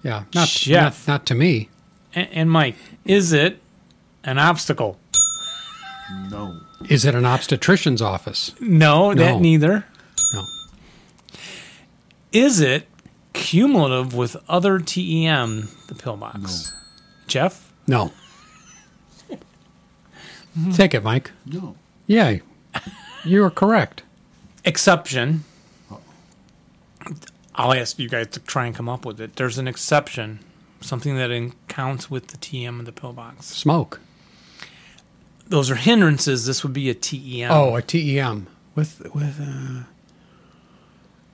[SPEAKER 1] Yeah. Not
[SPEAKER 2] Chef.
[SPEAKER 1] not, not to me.
[SPEAKER 2] A- and Mike, is it an obstacle?
[SPEAKER 3] No.
[SPEAKER 1] Is it an obstetrician's office?
[SPEAKER 2] No, that
[SPEAKER 1] No.
[SPEAKER 2] neither.
[SPEAKER 1] No.
[SPEAKER 2] Is it cumulative with other TEM, the E pillbox? Jeff?
[SPEAKER 1] No. Take it, Mike.
[SPEAKER 3] No.
[SPEAKER 1] Yeah, you are correct.
[SPEAKER 2] Exception. I'll ask you guys to try and come up with it. There's an exception, something that in- counts with the TM and the pillbox.
[SPEAKER 1] Smoke.
[SPEAKER 2] Those are hindrances. This would be a E TEM.
[SPEAKER 1] Oh, a TEM with with. Uh,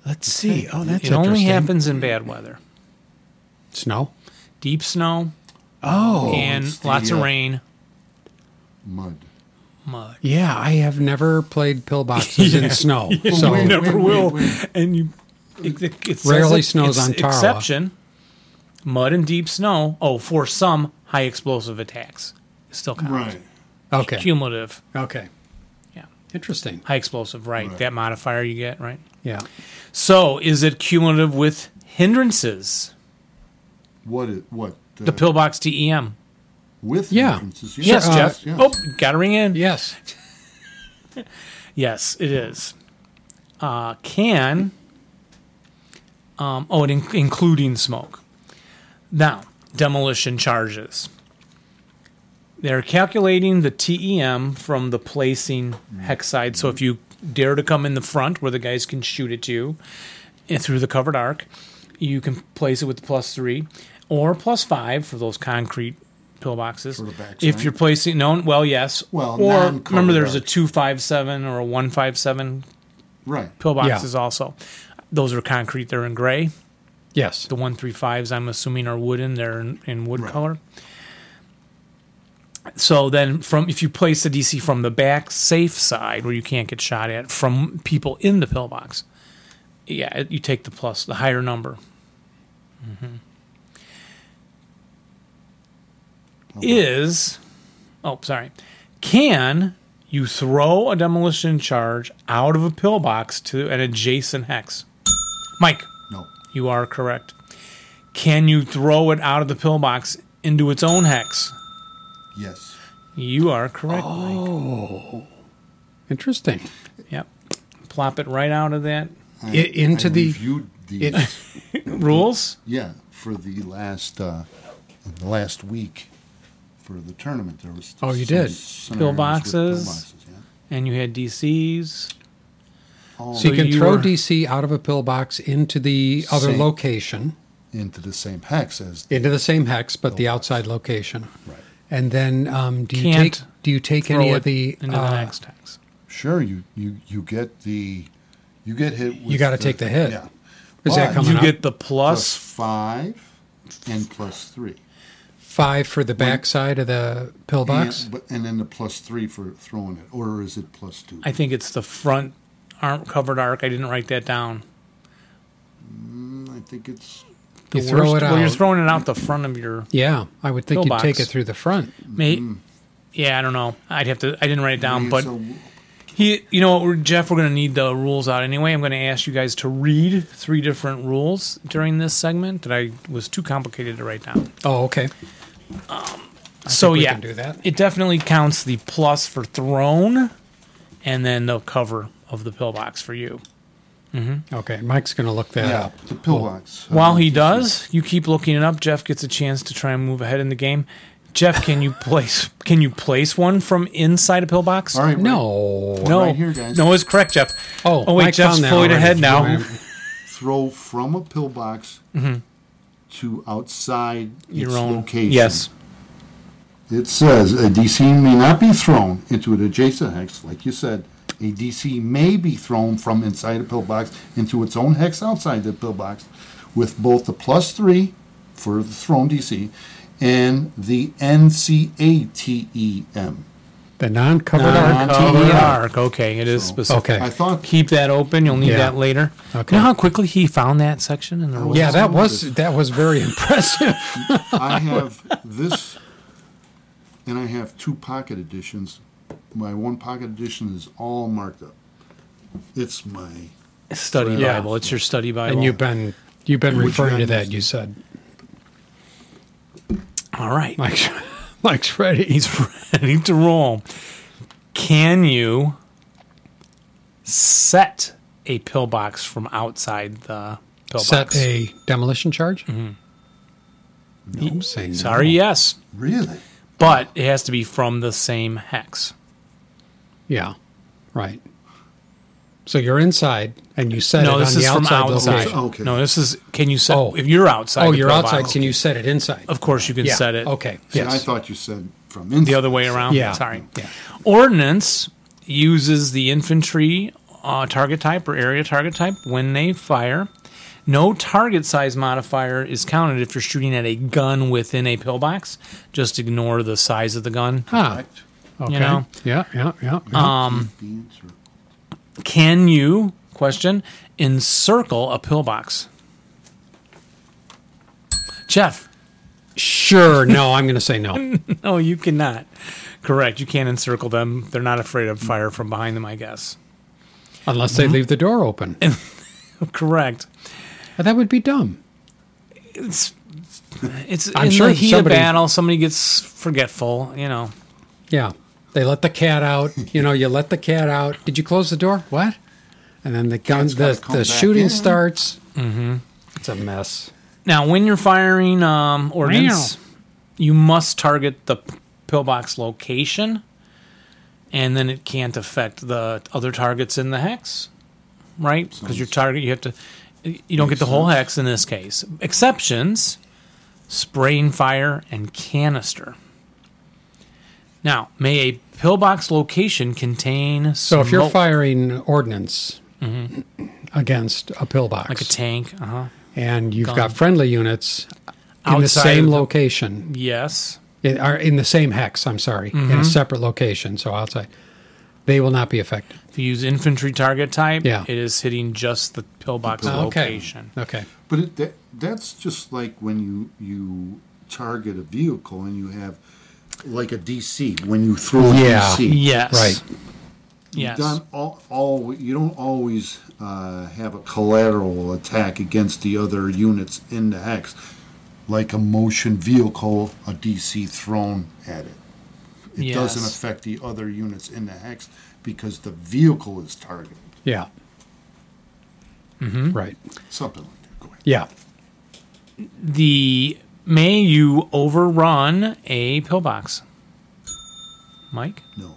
[SPEAKER 1] let's see. Oh, that's
[SPEAKER 2] it only
[SPEAKER 1] interesting.
[SPEAKER 2] happens in bad weather.
[SPEAKER 1] Snow.
[SPEAKER 2] Deep snow
[SPEAKER 1] Oh,
[SPEAKER 2] and
[SPEAKER 3] it's the,
[SPEAKER 2] lots of
[SPEAKER 3] uh,
[SPEAKER 2] rain,
[SPEAKER 3] Mud.
[SPEAKER 2] mud.
[SPEAKER 1] yeah. I have never played pillboxes in snow, so
[SPEAKER 2] you never
[SPEAKER 3] wait, wait,
[SPEAKER 2] will.
[SPEAKER 3] wait.
[SPEAKER 2] And you it, it, it says
[SPEAKER 1] Rarely
[SPEAKER 2] it-
[SPEAKER 1] snows
[SPEAKER 2] it's
[SPEAKER 1] on Tarawa.
[SPEAKER 2] Exception: mud and deep snow. Oh, for some high explosive attacks, It still counts.
[SPEAKER 3] Right.
[SPEAKER 1] okay.
[SPEAKER 2] Cumulative,
[SPEAKER 1] Okay.
[SPEAKER 2] Yeah.
[SPEAKER 1] Interesting.
[SPEAKER 2] high explosive, right?
[SPEAKER 3] Right.
[SPEAKER 2] That modifier you get, right?
[SPEAKER 1] Yeah.
[SPEAKER 2] So, is it cumulative with hindrances?
[SPEAKER 3] What? It, what? Uh,
[SPEAKER 2] The pillbox TEM.
[SPEAKER 3] With
[SPEAKER 1] Yeah.
[SPEAKER 3] entrances,
[SPEAKER 2] Yes,
[SPEAKER 1] uh,
[SPEAKER 2] Jeff.
[SPEAKER 3] yes.
[SPEAKER 2] Oh, got to ring in.
[SPEAKER 1] Yes.
[SPEAKER 2] Yes, it is. Uh, can. Um, oh, and in- including smoke. Now, demolition charges. They're calculating the TEM from the placing hex side. So if you dare to come in the front where the guys can shoot at you and through the covered arc, you can place it with the plus three or plus five for those concrete pillboxes.
[SPEAKER 3] For the back
[SPEAKER 2] if
[SPEAKER 3] side?
[SPEAKER 2] you're placing, no, well, yes.
[SPEAKER 3] Well,
[SPEAKER 2] or
[SPEAKER 3] non-covered
[SPEAKER 2] remember, there's a
[SPEAKER 3] arc.
[SPEAKER 2] 257 or a 157
[SPEAKER 3] Right.
[SPEAKER 2] pillboxes also. Those are concrete, they're in gray.
[SPEAKER 1] Yes.
[SPEAKER 2] The 135s, I'm assuming, are wooden, they're in, in wood
[SPEAKER 3] Right.
[SPEAKER 2] color. So then, from if you place the DC from the back safe side where you can't get shot at from people in the pillbox, yeah, it- you take the plus, the higher number. is oh sorry can you throw a demolition charge out of a pillbox to an adjacent hex mike
[SPEAKER 3] No.
[SPEAKER 2] you are correct can you throw it out of the pillbox into its own hex
[SPEAKER 3] Yes.
[SPEAKER 2] you are correct
[SPEAKER 1] Oh.
[SPEAKER 2] mike
[SPEAKER 1] Interesting.
[SPEAKER 2] yep plop it right out of that
[SPEAKER 3] I,
[SPEAKER 1] I- into
[SPEAKER 3] I
[SPEAKER 1] the-
[SPEAKER 3] reviewed these.
[SPEAKER 2] rules
[SPEAKER 3] yeah, for the last uh, the last week for the tournament, there was.
[SPEAKER 1] Oh, you
[SPEAKER 3] some
[SPEAKER 1] did.
[SPEAKER 3] scenarios with
[SPEAKER 2] Pillboxes.
[SPEAKER 3] pillboxes, yeah.
[SPEAKER 2] and you had dcs
[SPEAKER 3] All
[SPEAKER 1] So you can
[SPEAKER 2] you
[SPEAKER 1] throw
[SPEAKER 2] were-
[SPEAKER 1] DC out of a pillbox into the other
[SPEAKER 3] Same.
[SPEAKER 1] location,
[SPEAKER 3] into the same hex as
[SPEAKER 1] into the same hex, but the outside location.
[SPEAKER 3] right.
[SPEAKER 1] And then um, do you
[SPEAKER 2] Can't
[SPEAKER 1] take do you take
[SPEAKER 2] throw
[SPEAKER 1] any
[SPEAKER 2] it
[SPEAKER 1] of the,
[SPEAKER 2] into
[SPEAKER 1] uh,
[SPEAKER 2] the next hex
[SPEAKER 3] Sure, you you you get the you get hit. With
[SPEAKER 1] gotta take the hit.
[SPEAKER 3] Yeah,
[SPEAKER 1] Is that
[SPEAKER 3] But
[SPEAKER 1] coming
[SPEAKER 2] you
[SPEAKER 1] up?
[SPEAKER 2] get the
[SPEAKER 3] plus
[SPEAKER 2] plus
[SPEAKER 3] five and plus three.
[SPEAKER 1] five for the backside of the pillbox?
[SPEAKER 3] And, but, and then the plus three for throwing it, or is it plus two?
[SPEAKER 2] i think it's the front arm covered arc i didn't write that down
[SPEAKER 3] I think it's
[SPEAKER 1] you throw it out.
[SPEAKER 2] Well, you're throwing it out the front of your.
[SPEAKER 1] yeah, I would think you'd take
[SPEAKER 2] Pillbox.
[SPEAKER 1] it through the front.
[SPEAKER 2] Mate. Yeah, I don't know. I'd have to. I didn't write it down, but
[SPEAKER 3] So-
[SPEAKER 2] he. You know what, we're- Jeff? We're going to need the rules out anyway. I'm going to ask you guys to read three different rules during this segment that I was too complicated to write down.
[SPEAKER 1] Oh, okay.
[SPEAKER 2] so
[SPEAKER 1] we
[SPEAKER 2] yeah,
[SPEAKER 1] can do that.
[SPEAKER 2] It definitely counts the plus for thrown, and then the cover of the pillbox for you.
[SPEAKER 1] Okay, Mike's going to look that
[SPEAKER 3] yeah,
[SPEAKER 1] up.
[SPEAKER 3] the
[SPEAKER 1] Oh,
[SPEAKER 3] pillbox.
[SPEAKER 2] While he
[SPEAKER 3] Uh,
[SPEAKER 2] does, you keep looking it up. Jeff gets a chance to try and move ahead in the game. Jeff, can you place can you place one from inside a pillbox?
[SPEAKER 3] all right, right-
[SPEAKER 1] No.
[SPEAKER 2] no,
[SPEAKER 3] right here, guys.
[SPEAKER 2] no, it's correct, Jeff.
[SPEAKER 1] Oh,
[SPEAKER 2] oh wait,
[SPEAKER 1] Mike
[SPEAKER 2] Jeff's
[SPEAKER 1] found that
[SPEAKER 2] fully
[SPEAKER 1] already.
[SPEAKER 2] ahead now.
[SPEAKER 1] Right.
[SPEAKER 3] throw from a pillbox
[SPEAKER 1] Mm-hmm.
[SPEAKER 3] to outside
[SPEAKER 2] Your
[SPEAKER 3] its
[SPEAKER 2] own
[SPEAKER 3] location.
[SPEAKER 2] yes,
[SPEAKER 3] It says a DC may not be thrown into an adjacent hex, like you said. A DC may be thrown from inside a pillbox into its own hex outside the pillbox with both the plus three for the thrown DC and the NCATEM.
[SPEAKER 1] The non-covered
[SPEAKER 3] Non-
[SPEAKER 1] arc.
[SPEAKER 2] covered
[SPEAKER 3] covered
[SPEAKER 2] arc. E Okay, it is
[SPEAKER 3] So-
[SPEAKER 2] specific.
[SPEAKER 1] E Okay.
[SPEAKER 3] I thought
[SPEAKER 2] keep that open. You'll need
[SPEAKER 1] Yeah.
[SPEAKER 2] that later.
[SPEAKER 1] Okay.
[SPEAKER 2] You know how quickly he found that section in the rules.
[SPEAKER 1] Yeah, that was that was very impressive.
[SPEAKER 3] I have this, and I have two pocket editions. My one pocket edition is all marked up. It's my
[SPEAKER 2] study
[SPEAKER 1] Yeah.
[SPEAKER 2] Bible. It's your study Bible.
[SPEAKER 1] and you've been you've been
[SPEAKER 3] Which
[SPEAKER 1] referring to
[SPEAKER 3] one
[SPEAKER 1] that.
[SPEAKER 3] is
[SPEAKER 1] You said
[SPEAKER 2] all right.
[SPEAKER 1] Mike's Mike's ready.
[SPEAKER 2] He's ready to roll. Can you set a pillbox from outside the pillbox?
[SPEAKER 1] set a demolition charge. Nope, say no.
[SPEAKER 2] Mm-hmm. Sorry, yes,
[SPEAKER 3] Really?
[SPEAKER 2] but it has to be from the same hex.
[SPEAKER 1] Yeah, right. So you're inside and you set
[SPEAKER 2] no,
[SPEAKER 1] it
[SPEAKER 2] this
[SPEAKER 1] on
[SPEAKER 2] is
[SPEAKER 1] the
[SPEAKER 2] from
[SPEAKER 1] outside
[SPEAKER 2] outside.
[SPEAKER 1] location.
[SPEAKER 3] Okay.
[SPEAKER 2] No, this is. Can you set?
[SPEAKER 1] Oh.
[SPEAKER 2] If you're outside,
[SPEAKER 1] Oh,
[SPEAKER 2] the
[SPEAKER 1] you're
[SPEAKER 2] profile,
[SPEAKER 1] outside. Can you set it inside?
[SPEAKER 2] Of course, you can
[SPEAKER 1] yeah.
[SPEAKER 2] set it.
[SPEAKER 1] Okay.
[SPEAKER 3] See, I
[SPEAKER 1] yes.
[SPEAKER 3] thought you said from inside.
[SPEAKER 2] the other way around.
[SPEAKER 1] Yeah.
[SPEAKER 2] Sorry.
[SPEAKER 1] Yeah.
[SPEAKER 2] Ordnance uses the infantry uh, target type or area target type when they fire. No target size modifier is counted if you're shooting at a gun within a pillbox. Just ignore the size of the gun.
[SPEAKER 1] Huh.
[SPEAKER 3] Correct?
[SPEAKER 1] Ah, Okay.
[SPEAKER 2] know. Uh,
[SPEAKER 1] Yeah. Yeah. Yeah. yeah.
[SPEAKER 3] Beans or-
[SPEAKER 2] Can you question encircle a pillbox? Jeff,
[SPEAKER 1] sure. No, I'm going to say no.
[SPEAKER 2] no, you cannot. Correct. You can't encircle them. They're not afraid of fire from behind them, I guess.
[SPEAKER 1] Unless
[SPEAKER 2] Mm-hmm.
[SPEAKER 1] they leave the door open.
[SPEAKER 2] Correct.
[SPEAKER 1] that would be dumb.
[SPEAKER 2] it's it's
[SPEAKER 1] I'm
[SPEAKER 2] in
[SPEAKER 1] sure
[SPEAKER 2] the heat
[SPEAKER 1] somebody-
[SPEAKER 2] of battle somebody gets forgetful you know
[SPEAKER 1] Yeah. They let the cat out. You know, you let the cat out. Did you close the door? What? And then the gun,
[SPEAKER 3] Cat's gotta
[SPEAKER 1] the,
[SPEAKER 3] come
[SPEAKER 1] the
[SPEAKER 3] back
[SPEAKER 1] shooting
[SPEAKER 3] in.
[SPEAKER 1] starts. Mm-hmm. It's a mess.
[SPEAKER 2] now when you're firing um ordnance you must target the p- pillbox location and then it can't affect the other targets in the hex right because your target you have to you don't get the whole hex in this case exceptions spraying fire and canister now may a pillbox location contain
[SPEAKER 1] So if you're
[SPEAKER 2] smoke-
[SPEAKER 1] firing ordnance against Mm-hmm. a pillbox,
[SPEAKER 2] like a tank uh-huh
[SPEAKER 1] and you've
[SPEAKER 2] gun.
[SPEAKER 1] got friendly units in the
[SPEAKER 2] Outside
[SPEAKER 1] same
[SPEAKER 2] of the-
[SPEAKER 1] location,
[SPEAKER 2] Yes.
[SPEAKER 1] in, are in the same hex. I'm sorry, in a separate location, so outside, they will not be affected.
[SPEAKER 2] If you use infantry target type,
[SPEAKER 1] Yeah.
[SPEAKER 2] it is hitting just the pillbox location.
[SPEAKER 1] Okay. Okay.
[SPEAKER 3] But it, that, that's just like when you you target a vehicle and you have like a DC when you throw
[SPEAKER 1] Yeah.
[SPEAKER 3] a DC.
[SPEAKER 2] Yes.
[SPEAKER 1] Right.
[SPEAKER 2] Yes.
[SPEAKER 3] You don't, all, all, you don't always uh, have a collateral attack against the other units in the hex, like a motion vehicle, a DC thrown at it. It
[SPEAKER 2] Yes.
[SPEAKER 3] doesn't affect the other units in the hex because the vehicle is targeted.
[SPEAKER 1] Yeah. Right.
[SPEAKER 3] Something like that. Go ahead.
[SPEAKER 1] Yeah.
[SPEAKER 2] The may you overrun a pillbox. Mike,
[SPEAKER 3] No.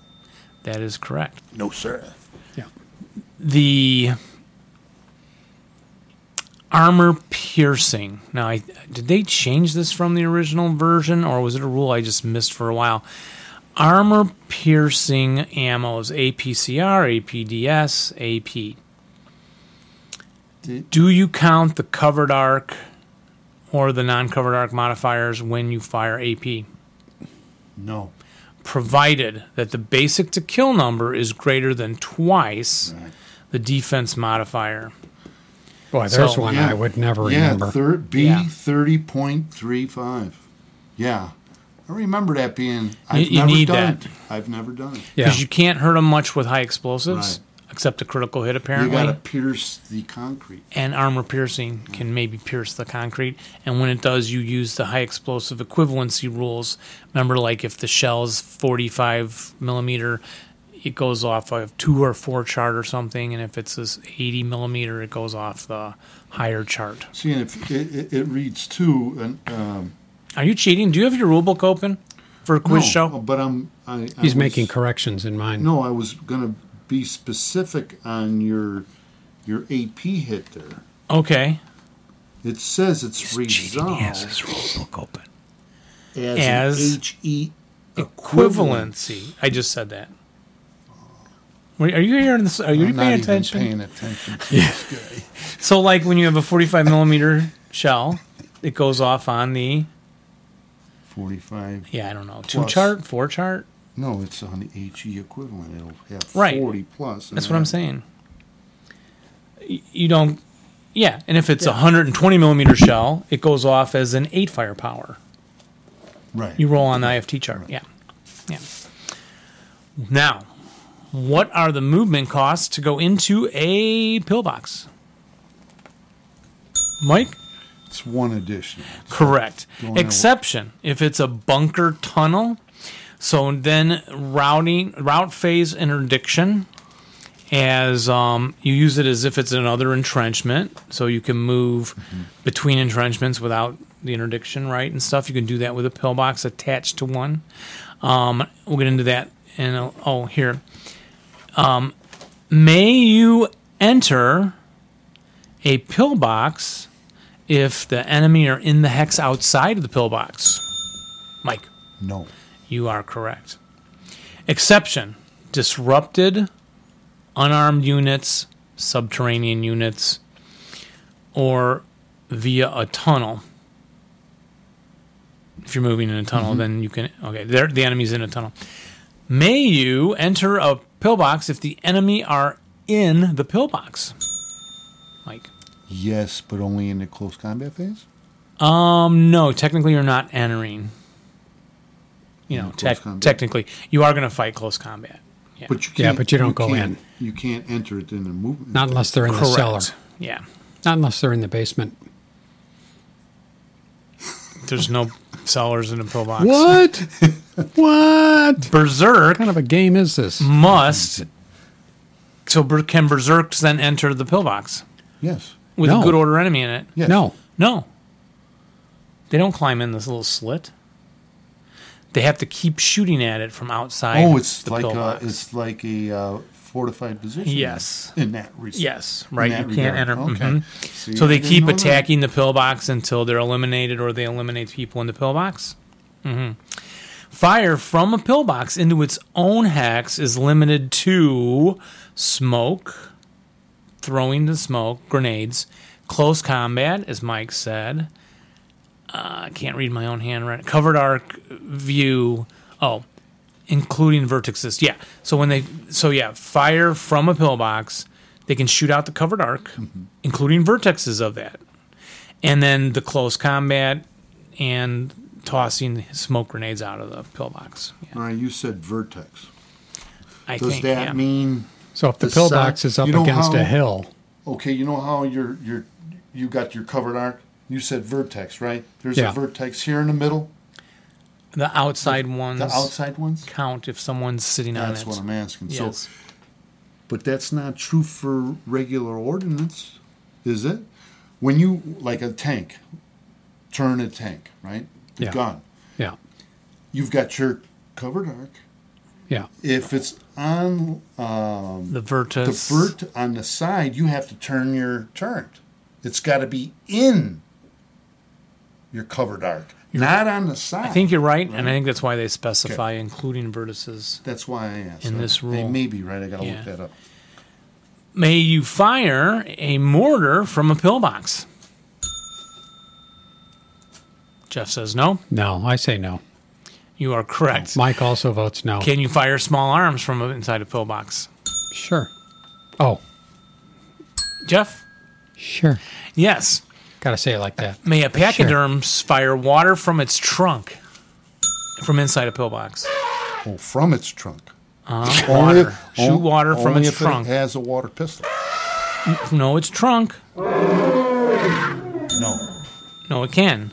[SPEAKER 2] that is correct.
[SPEAKER 4] No, sir.
[SPEAKER 1] Yeah.
[SPEAKER 2] The armor piercing. Now, I, did they change this from the original version, or was it a rule I just missed for a while? armor piercing ammos APCR, APDS, AP.
[SPEAKER 3] Did-
[SPEAKER 2] Do you count the covered arc or the non covered arc modifiers when you fire AP?
[SPEAKER 3] No.
[SPEAKER 2] Provided that the basic to kill number is greater than twice the defense modifier.
[SPEAKER 1] Boy, there's
[SPEAKER 2] So-
[SPEAKER 1] one
[SPEAKER 3] Yeah.
[SPEAKER 1] I would never
[SPEAKER 3] yeah,
[SPEAKER 1] remember.
[SPEAKER 3] thir- B
[SPEAKER 2] Yeah.
[SPEAKER 3] thirty point three five. Yeah, I remember that being. I've
[SPEAKER 2] you
[SPEAKER 3] never
[SPEAKER 2] need
[SPEAKER 3] done
[SPEAKER 2] that.
[SPEAKER 3] it. I've never done it.
[SPEAKER 1] yeah.
[SPEAKER 2] Because you can't hurt them much with high explosives, except a critical hit,
[SPEAKER 3] You
[SPEAKER 2] apparently.
[SPEAKER 3] got to pierce the concrete.
[SPEAKER 2] and armor piercing can maybe pierce the concrete. And when it does, you use the high explosive equivalency rules. Remember, like if the shell's 45 millimeter, it goes off of two or four chart or something. And if it's this 80 millimeter, it goes off the higher chart.
[SPEAKER 3] See, and if it, it, it reads too, and um,
[SPEAKER 2] Are you cheating? Do you have your rule book open for a quiz
[SPEAKER 3] no,
[SPEAKER 2] show?
[SPEAKER 3] but I'm. I, I
[SPEAKER 1] He's
[SPEAKER 3] was-
[SPEAKER 1] making corrections in mine.
[SPEAKER 3] No, I was gonna be specific on your your AP hit there.
[SPEAKER 2] Okay.
[SPEAKER 3] It says it's
[SPEAKER 2] Cheating
[SPEAKER 3] resolved
[SPEAKER 2] he has his rule book open.
[SPEAKER 3] as,
[SPEAKER 2] As
[SPEAKER 3] an HE equivalent.
[SPEAKER 2] Equivalency. I just said that. Wait, Are you hearing this? Are you paying
[SPEAKER 3] I'm not even
[SPEAKER 2] attention?
[SPEAKER 3] paying attention to this guy.
[SPEAKER 2] So, like when you have a 45 millimeter shell, it goes off on the
[SPEAKER 3] Forty-five.
[SPEAKER 2] yeah, I don't know, two
[SPEAKER 3] Plus.
[SPEAKER 2] chart, four chart.
[SPEAKER 3] No, it's on the HE equivalent. It'll have
[SPEAKER 2] Right.
[SPEAKER 3] 40 plus. and
[SPEAKER 2] That's what I'm saying.
[SPEAKER 3] then-
[SPEAKER 2] Y- You don't, yeah. And if it's a 120 millimeter shell, it goes off as an eight firepower.
[SPEAKER 3] Right.
[SPEAKER 2] You roll on the IFT chart. Yeah, yeah. Now, what are the movement costs to go into a pillbox? Mike.
[SPEAKER 3] it's one additional.
[SPEAKER 2] Correct.
[SPEAKER 3] Going that way.
[SPEAKER 2] Exception if it's a bunker tunnel. So then routing route phase interdiction as um, you use it as if it's another entrenchment, so you can move between entrenchments without the interdiction, right, and stuff. You can do that with a pillbox attached to one. Um, we'll get into that. And oh, here, um, may you enter a pillbox if the enemy are in the hex outside of the pillbox. Mike.
[SPEAKER 3] No.
[SPEAKER 2] You are correct. Exception disrupted, unarmed units, subterranean units, or via a tunnel. If you're moving in a tunnel, then you can. Okay, there, the enemy's in a tunnel. May you enter a pillbox if the enemy are in the pillbox? Mike.
[SPEAKER 3] Yes, but only in the close combat phase.
[SPEAKER 2] Um, no, technically you're not entering. You know,
[SPEAKER 3] close
[SPEAKER 2] tec-
[SPEAKER 3] combat.
[SPEAKER 2] technically you are going to fight close combat. Yeah.
[SPEAKER 3] But you can't,
[SPEAKER 1] Yeah, but you don't go
[SPEAKER 3] can't- You can't enter it in a movement.
[SPEAKER 1] Not unless they're in the cellar.
[SPEAKER 2] Yeah.
[SPEAKER 1] Not unless they're in the basement.
[SPEAKER 2] There's no sellers in the pillbox.
[SPEAKER 1] What? what
[SPEAKER 2] Berserk
[SPEAKER 1] kind of a game is this?
[SPEAKER 3] Mm,
[SPEAKER 2] must. So ber- can berserks then enter the pillbox
[SPEAKER 3] Yes.
[SPEAKER 2] with
[SPEAKER 1] No.
[SPEAKER 2] a good order enemy in it?
[SPEAKER 3] Yes.
[SPEAKER 1] No.
[SPEAKER 2] No. They don't climb in this little slit. They have to keep shooting at it from outside.
[SPEAKER 3] Oh, it's
[SPEAKER 2] the
[SPEAKER 3] like a,
[SPEAKER 2] pillbox.
[SPEAKER 3] it's like a uh, fortified position.
[SPEAKER 2] Yes.
[SPEAKER 3] In that respect.
[SPEAKER 2] Yes, right.
[SPEAKER 3] that
[SPEAKER 2] You can't
[SPEAKER 3] regard.
[SPEAKER 2] enter.
[SPEAKER 3] Okay.
[SPEAKER 2] mhm.
[SPEAKER 3] See,
[SPEAKER 2] So
[SPEAKER 3] I
[SPEAKER 2] they
[SPEAKER 3] didn't
[SPEAKER 2] keep
[SPEAKER 3] know that.
[SPEAKER 2] attacking the pillbox until they're eliminated or they eliminate people in the pillbox. Mhm. Fire from a pillbox into its own hex is limited to smoke, throwing the smoke, grenades, close combat, as Mike said. Uh, I can't read my own handwriting. Covered arc view. Oh, including vertexes. Yeah. So when they so yeah, fire from a pillbox, they can shoot out the covered arc,
[SPEAKER 3] Mm-hmm.
[SPEAKER 2] including vertexes of that, and then the close combat and tossing smoke grenades out of the pillbox. Yeah,
[SPEAKER 3] All right, Uh, you said vertex.
[SPEAKER 2] I
[SPEAKER 3] Does
[SPEAKER 2] think.
[SPEAKER 3] that
[SPEAKER 2] yeah.
[SPEAKER 3] mean
[SPEAKER 1] So if the,
[SPEAKER 3] The
[SPEAKER 1] pillbox
[SPEAKER 3] side-
[SPEAKER 1] is up
[SPEAKER 3] uh, you know
[SPEAKER 1] against
[SPEAKER 3] how-
[SPEAKER 1] a hill,
[SPEAKER 3] okay? You know how you're you're you got your covered arc. You said vertex, right? There's
[SPEAKER 1] Yeah.
[SPEAKER 3] a vertex here in the middle.
[SPEAKER 2] the outside ones
[SPEAKER 3] The outside ones.
[SPEAKER 2] count if someone's sitting
[SPEAKER 3] That's
[SPEAKER 2] on it?
[SPEAKER 3] what I'm asking.
[SPEAKER 2] yes.
[SPEAKER 3] So, but that's not true for regular ordnance, is it? When you like a tank, turn a tank, right? The
[SPEAKER 1] Yeah.
[SPEAKER 3] gun.
[SPEAKER 1] yeah,
[SPEAKER 3] You've got your covered arc.
[SPEAKER 1] yeah,
[SPEAKER 3] If it's on um,
[SPEAKER 2] the vertex.
[SPEAKER 3] the vert on the side, you have to turn your turret. It's got to be in your covered arc, not on the side.
[SPEAKER 2] I think you're right, and I think that's why they specify including vertices.
[SPEAKER 3] That's why I asked.
[SPEAKER 2] In
[SPEAKER 3] that.
[SPEAKER 2] this
[SPEAKER 3] they
[SPEAKER 2] rule.
[SPEAKER 3] may be right. I got to
[SPEAKER 2] Yeah.
[SPEAKER 3] look that up.
[SPEAKER 2] May you fire a mortar from a pillbox? Jeff says no.
[SPEAKER 1] no, I say no.
[SPEAKER 2] You are correct.
[SPEAKER 1] Mike also votes no.
[SPEAKER 2] Can you fire small arms from inside a pillbox?
[SPEAKER 1] Sure. Oh,
[SPEAKER 2] Jeff?
[SPEAKER 1] sure.
[SPEAKER 2] Yes.
[SPEAKER 1] Gotta say it like that.
[SPEAKER 2] May a pachyderm fire water from its trunk from inside a pillbox?
[SPEAKER 3] Oh, from its trunk.
[SPEAKER 2] Uh, water. Shoot water from
[SPEAKER 3] only
[SPEAKER 2] its
[SPEAKER 3] if
[SPEAKER 2] trunk.
[SPEAKER 3] It has a water pistol.
[SPEAKER 2] No, its trunk.
[SPEAKER 3] No.
[SPEAKER 2] No, it can.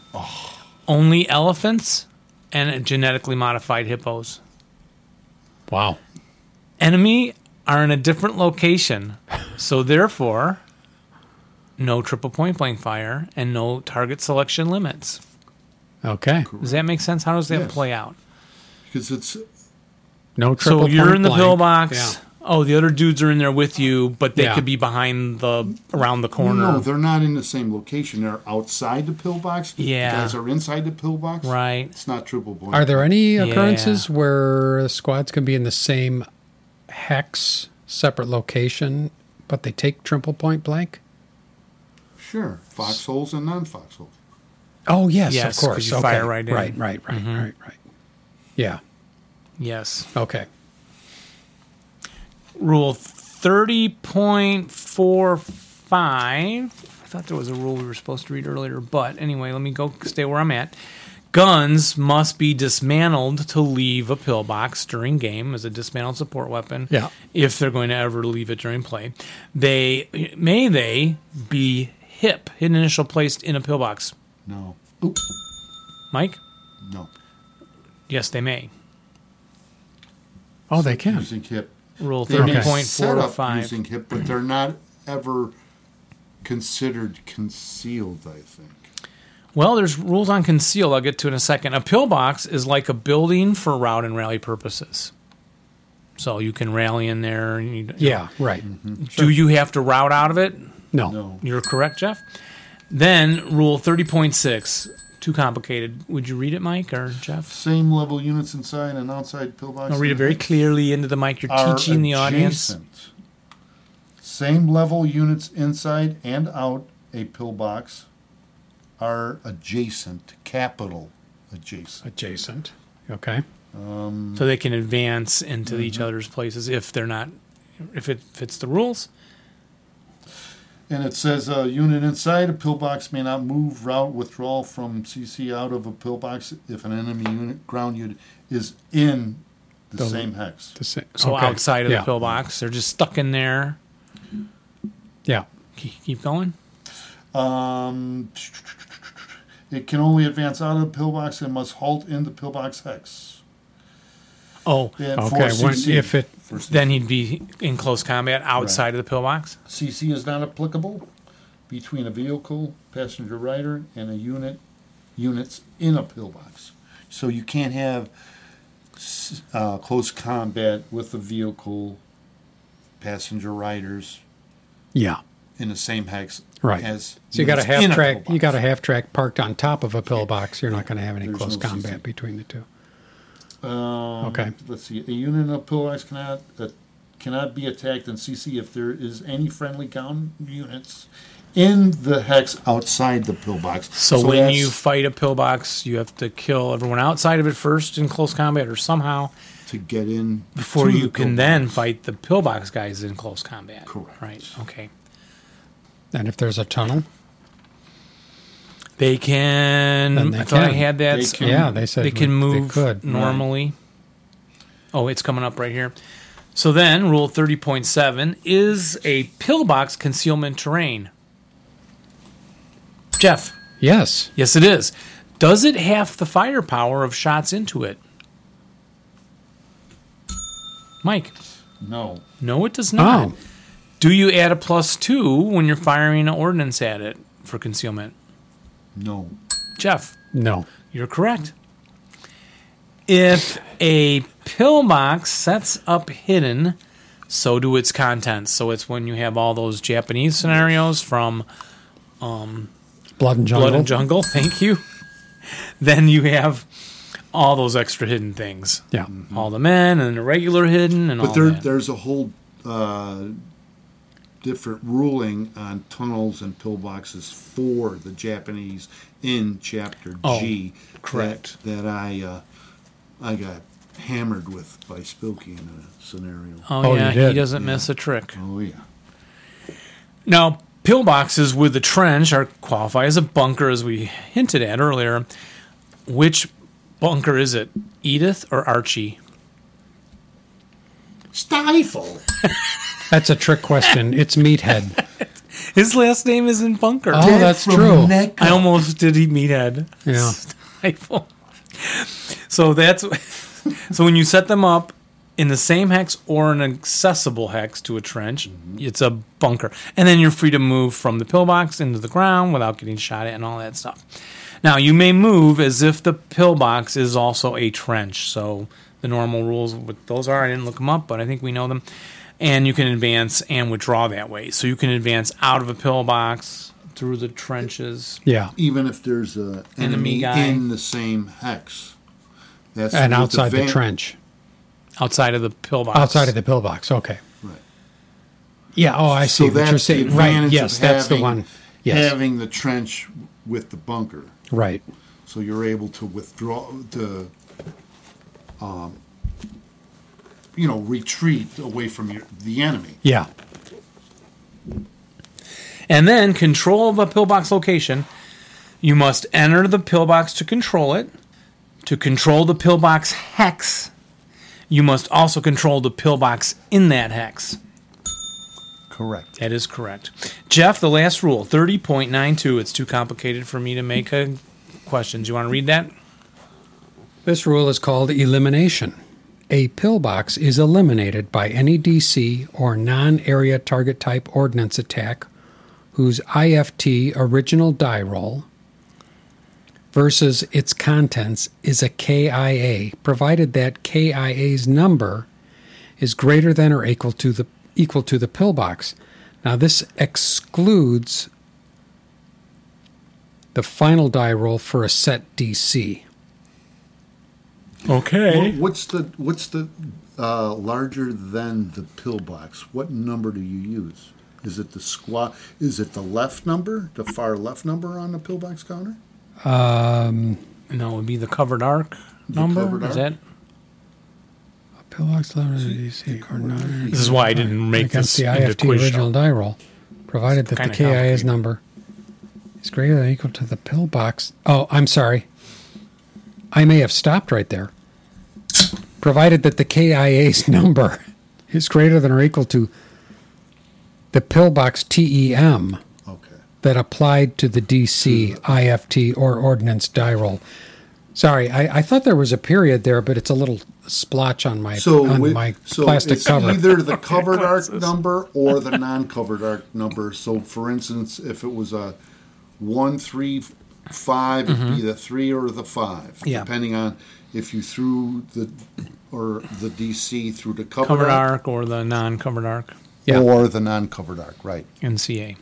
[SPEAKER 2] Only elephants and genetically modified hippos.
[SPEAKER 1] Wow.
[SPEAKER 2] enemy are in a different location. So therefore, no triple point blank fire and no target selection limits.
[SPEAKER 1] Okay.
[SPEAKER 2] Does that make sense? How does that
[SPEAKER 3] Yes.
[SPEAKER 2] play out?
[SPEAKER 3] Because it's
[SPEAKER 1] No triple.
[SPEAKER 2] so you're
[SPEAKER 1] point
[SPEAKER 2] in the
[SPEAKER 1] blank.
[SPEAKER 2] pillbox.
[SPEAKER 1] Yeah.
[SPEAKER 2] Oh, the other dudes are in there with you, but they
[SPEAKER 1] Yeah.
[SPEAKER 2] could be behind the around the
[SPEAKER 3] no,
[SPEAKER 2] corner.
[SPEAKER 3] they're not in the same location. They're outside the pillbox.
[SPEAKER 2] Yeah.
[SPEAKER 3] You guys are inside the pillbox.
[SPEAKER 2] right.
[SPEAKER 3] It's not triple point.
[SPEAKER 1] Are there any
[SPEAKER 2] Yeah.
[SPEAKER 1] occurrences where squads can be in the same hex, separate location, but they take triple point blank?
[SPEAKER 3] Sure. Foxholes and non-foxholes.
[SPEAKER 1] Oh yes,
[SPEAKER 2] Yes,
[SPEAKER 1] of
[SPEAKER 2] 'cause
[SPEAKER 1] course.
[SPEAKER 2] you
[SPEAKER 1] okay.
[SPEAKER 2] fire right in. Mm-hmm.
[SPEAKER 1] Right, right, right, right, right. Yeah.
[SPEAKER 2] Yes.
[SPEAKER 1] Okay.
[SPEAKER 2] Rule 30.45. I thought there was a rule we were supposed to read earlier, but anyway, let me go stay where I'm at. Guns must be dismantled to leave a pillbox during game as a dismantled support weapon.
[SPEAKER 1] Yeah.
[SPEAKER 2] If they're going to ever leave it during play. They may they be hip, hidden initial placed in a pillbox.
[SPEAKER 3] No. Oop.
[SPEAKER 2] Mike?
[SPEAKER 3] No.
[SPEAKER 2] Yes, they may.
[SPEAKER 1] Oh, they can.
[SPEAKER 3] Using hip.
[SPEAKER 2] Rule
[SPEAKER 3] They may
[SPEAKER 2] 30.405.
[SPEAKER 3] set up Using HIP, but they're not ever considered concealed. I think.
[SPEAKER 2] Well, there's rules on concealed. I'll get to in a second. A pillbox is like a building for route and rally purposes. So you can rally in there. And you,
[SPEAKER 1] Yeah, right.
[SPEAKER 2] Do you have to route out of it?
[SPEAKER 1] No.
[SPEAKER 3] Mm-hmm. No.
[SPEAKER 2] You're correct, Jeff. Then rule 30.6. Too complicated. Would you read it, Mike or Jeff?
[SPEAKER 3] Same level units inside and outside pillbox.
[SPEAKER 2] I'll read it very clearly into the mic. You're
[SPEAKER 3] are
[SPEAKER 2] teaching the audience.
[SPEAKER 3] adjacent. Same level units inside and out a pillbox are adjacent, capital adjacent.
[SPEAKER 1] Adjacent. Okay.
[SPEAKER 2] so they can advance into each other's places if they're not if it fits the rules
[SPEAKER 3] And it says a unit inside a pillbox may not move, route, withdrawal from CC out of a pillbox if an enemy unit, ground unit, is in the,
[SPEAKER 1] The-
[SPEAKER 3] same hex.
[SPEAKER 1] The sa-
[SPEAKER 2] so
[SPEAKER 1] okay.
[SPEAKER 2] outside of
[SPEAKER 1] yeah.
[SPEAKER 2] the pillbox they're just stuck in there
[SPEAKER 1] Yeah.
[SPEAKER 2] Ke- keep going
[SPEAKER 3] Um, it can only advance out of the pillbox and must halt in the pillbox hex.
[SPEAKER 2] oh
[SPEAKER 3] And for
[SPEAKER 1] Okay. When,
[SPEAKER 3] CC.
[SPEAKER 1] if it
[SPEAKER 2] then he'd be in close combat outside of the pillbox
[SPEAKER 3] CC is not applicable between a vehicle, passenger rider, and a unit, units in a pillbox. So you can't have s- uh, close combat with the vehicle, passenger riders
[SPEAKER 1] yeah.
[SPEAKER 3] in the same hex
[SPEAKER 1] Right.
[SPEAKER 3] as.
[SPEAKER 1] So you got a
[SPEAKER 3] units in
[SPEAKER 1] half track. You
[SPEAKER 3] pillbox.
[SPEAKER 1] got a half track parked on top of a pillbox. You're not going to have any
[SPEAKER 3] There's
[SPEAKER 1] close
[SPEAKER 3] no CC.
[SPEAKER 1] combat between the two.
[SPEAKER 3] Um,
[SPEAKER 1] Okay.
[SPEAKER 3] Let's see. A unit in a pillbox cannot uh, cannot be attacked in CC if there is any friendly ground units in the hex outside the pillbox.
[SPEAKER 2] so, when
[SPEAKER 3] that's
[SPEAKER 2] you fight a pillbox you have to kill everyone outside of it first in close combat or somehow
[SPEAKER 3] to get in
[SPEAKER 2] before
[SPEAKER 3] to
[SPEAKER 2] you
[SPEAKER 3] the
[SPEAKER 2] can
[SPEAKER 3] pillbox.
[SPEAKER 2] then fight the pillbox guys in close combat
[SPEAKER 3] Correct.
[SPEAKER 2] right okay
[SPEAKER 1] And if there's a tunnel,
[SPEAKER 2] They can.
[SPEAKER 1] Then they
[SPEAKER 2] I thought I
[SPEAKER 1] can.
[SPEAKER 2] had that.
[SPEAKER 3] They
[SPEAKER 2] s-
[SPEAKER 3] can.
[SPEAKER 1] Yeah, they said
[SPEAKER 2] they can
[SPEAKER 1] we- they
[SPEAKER 2] move
[SPEAKER 1] could.
[SPEAKER 2] normally. Oh, it's coming up right here. So then, rule thirty point seven is a pillbox concealment terrain. Jeff,
[SPEAKER 1] yes,
[SPEAKER 2] yes, it is. Does it have the firepower of shots into it? Mike,
[SPEAKER 3] No.
[SPEAKER 2] no, it does not.
[SPEAKER 1] Oh.
[SPEAKER 2] Do you add a plus two when you're firing an ordnance at it for concealment?
[SPEAKER 3] No.
[SPEAKER 2] Jeff,
[SPEAKER 1] no,
[SPEAKER 2] You're correct. If a pillbox sets up hidden, so do its contents. So it's when you have all those Japanese scenarios from
[SPEAKER 1] blood and jungle.
[SPEAKER 2] Blood and Jungle. Thank you. Then you have all those extra hidden things.
[SPEAKER 1] Yeah,
[SPEAKER 2] All the men and the regular hidden and all
[SPEAKER 3] But there,
[SPEAKER 2] that.
[SPEAKER 3] there's a whole uh, different ruling on tunnels and pillboxes for the Japanese in Chapter
[SPEAKER 2] Oh,
[SPEAKER 3] G. that-
[SPEAKER 2] correct.
[SPEAKER 3] That, I uh, I got hammered with by Spilky in a scenario.
[SPEAKER 2] oh,
[SPEAKER 1] Oh, you
[SPEAKER 2] yeah, he
[SPEAKER 1] did.
[SPEAKER 2] doesn't miss a trick.
[SPEAKER 3] Oh yeah.
[SPEAKER 2] Now, pillboxes with the trench are qualify as a bunker, as we hinted at earlier. Which bunker is it, Edith or Archie?
[SPEAKER 3] Stifle.
[SPEAKER 1] that's a trick question. It's meathead.
[SPEAKER 2] His last name isn't bunker.
[SPEAKER 1] Oh, that's true.
[SPEAKER 2] I almost did eat meathead.
[SPEAKER 1] Yeah.
[SPEAKER 2] Stifle. So that's so when you set them up in the same hex or an accessible hex to a trench, it's a bunker, and then you're free to move from the pillbox into the ground without getting shot at and all that stuff. Now you may move as if the pillbox is also a trench. So the normal rules, what those are, I didn't look them up, but I think we know them. And you can advance and withdraw that way. So you can advance out of a pillbox through the trenches.
[SPEAKER 1] Yeah,
[SPEAKER 3] Even if there's an enemy,
[SPEAKER 2] guy.
[SPEAKER 3] in the same hex. That's
[SPEAKER 1] and
[SPEAKER 3] with
[SPEAKER 1] outside the
[SPEAKER 3] van-
[SPEAKER 1] trench,
[SPEAKER 2] outside of the pillbox.
[SPEAKER 1] outside of the pillbox. Okay.
[SPEAKER 3] Right.
[SPEAKER 1] Yeah. Oh, I see
[SPEAKER 3] So
[SPEAKER 1] what you're
[SPEAKER 3] that's the
[SPEAKER 1] saying. Right.
[SPEAKER 3] advantage
[SPEAKER 1] Yes,
[SPEAKER 3] of
[SPEAKER 1] that's the
[SPEAKER 3] having-
[SPEAKER 1] one. Yes.
[SPEAKER 3] Having the trench with the bunker.
[SPEAKER 1] right.
[SPEAKER 3] So you're able to withdraw to, um, you know, retreat away from your, the enemy.
[SPEAKER 1] Yeah.
[SPEAKER 2] and then control the pillbox location. You must enter the pillbox to control it. To control the pillbox hex, you must also control the pillbox in that hex.
[SPEAKER 3] Correct.
[SPEAKER 2] That is correct. Jeff, the last rule, 30.92. It's too complicated for me to make a questions. You want to read that?
[SPEAKER 1] This rule is called elimination. a pillbox is eliminated by any DC or non area target type ordnance attack whose IFT original die roll versus its contents is a KIA, provided that KIA's number is greater than or equal to the equal to the pillbox. Now this excludes the final die roll for a set DC.
[SPEAKER 2] Okay.
[SPEAKER 3] Wha- What's the what's the uh, larger than the pillbox? What number do you use? Is it the squat? Is it the left number, the far left number on the pillbox counter?
[SPEAKER 2] No, it would be the covered arc number.
[SPEAKER 3] covered
[SPEAKER 2] Is
[SPEAKER 3] arc?
[SPEAKER 2] that?
[SPEAKER 1] A pillbox lower than the DC coordinate
[SPEAKER 2] This is why I didn't make
[SPEAKER 1] against
[SPEAKER 2] this
[SPEAKER 1] the
[SPEAKER 2] into a
[SPEAKER 1] IFT
[SPEAKER 2] quiz show.
[SPEAKER 1] original die roll, provided that the
[SPEAKER 2] kinda
[SPEAKER 1] KIA's
[SPEAKER 2] complicated.
[SPEAKER 1] number is greater than or equal to the pillbox. Oh, I'm sorry. I may have stopped right there. Provided that the KIA's number is greater than or equal to the pillbox TEM
[SPEAKER 3] Okay.
[SPEAKER 1] that applied to the DC, IFT, or ordnance die roll. Sorry, I, I thought there was a period there, but it's a little splotch on my
[SPEAKER 3] So,
[SPEAKER 1] on
[SPEAKER 3] wi-
[SPEAKER 1] my
[SPEAKER 3] so
[SPEAKER 1] plastic
[SPEAKER 3] it's
[SPEAKER 1] cover.
[SPEAKER 3] either the covered arc number or the non-covered arc number. So, for instance, if it was a one, three, five, it'd
[SPEAKER 1] Mm-hmm.
[SPEAKER 3] be the three or the five,
[SPEAKER 2] Yeah.
[SPEAKER 3] depending on if you threw the or the DC through the covered,
[SPEAKER 2] Covered
[SPEAKER 3] arc,
[SPEAKER 2] arc or the non-covered arc
[SPEAKER 1] Yeah.
[SPEAKER 3] or the non-covered arc. Right.
[SPEAKER 2] NCA.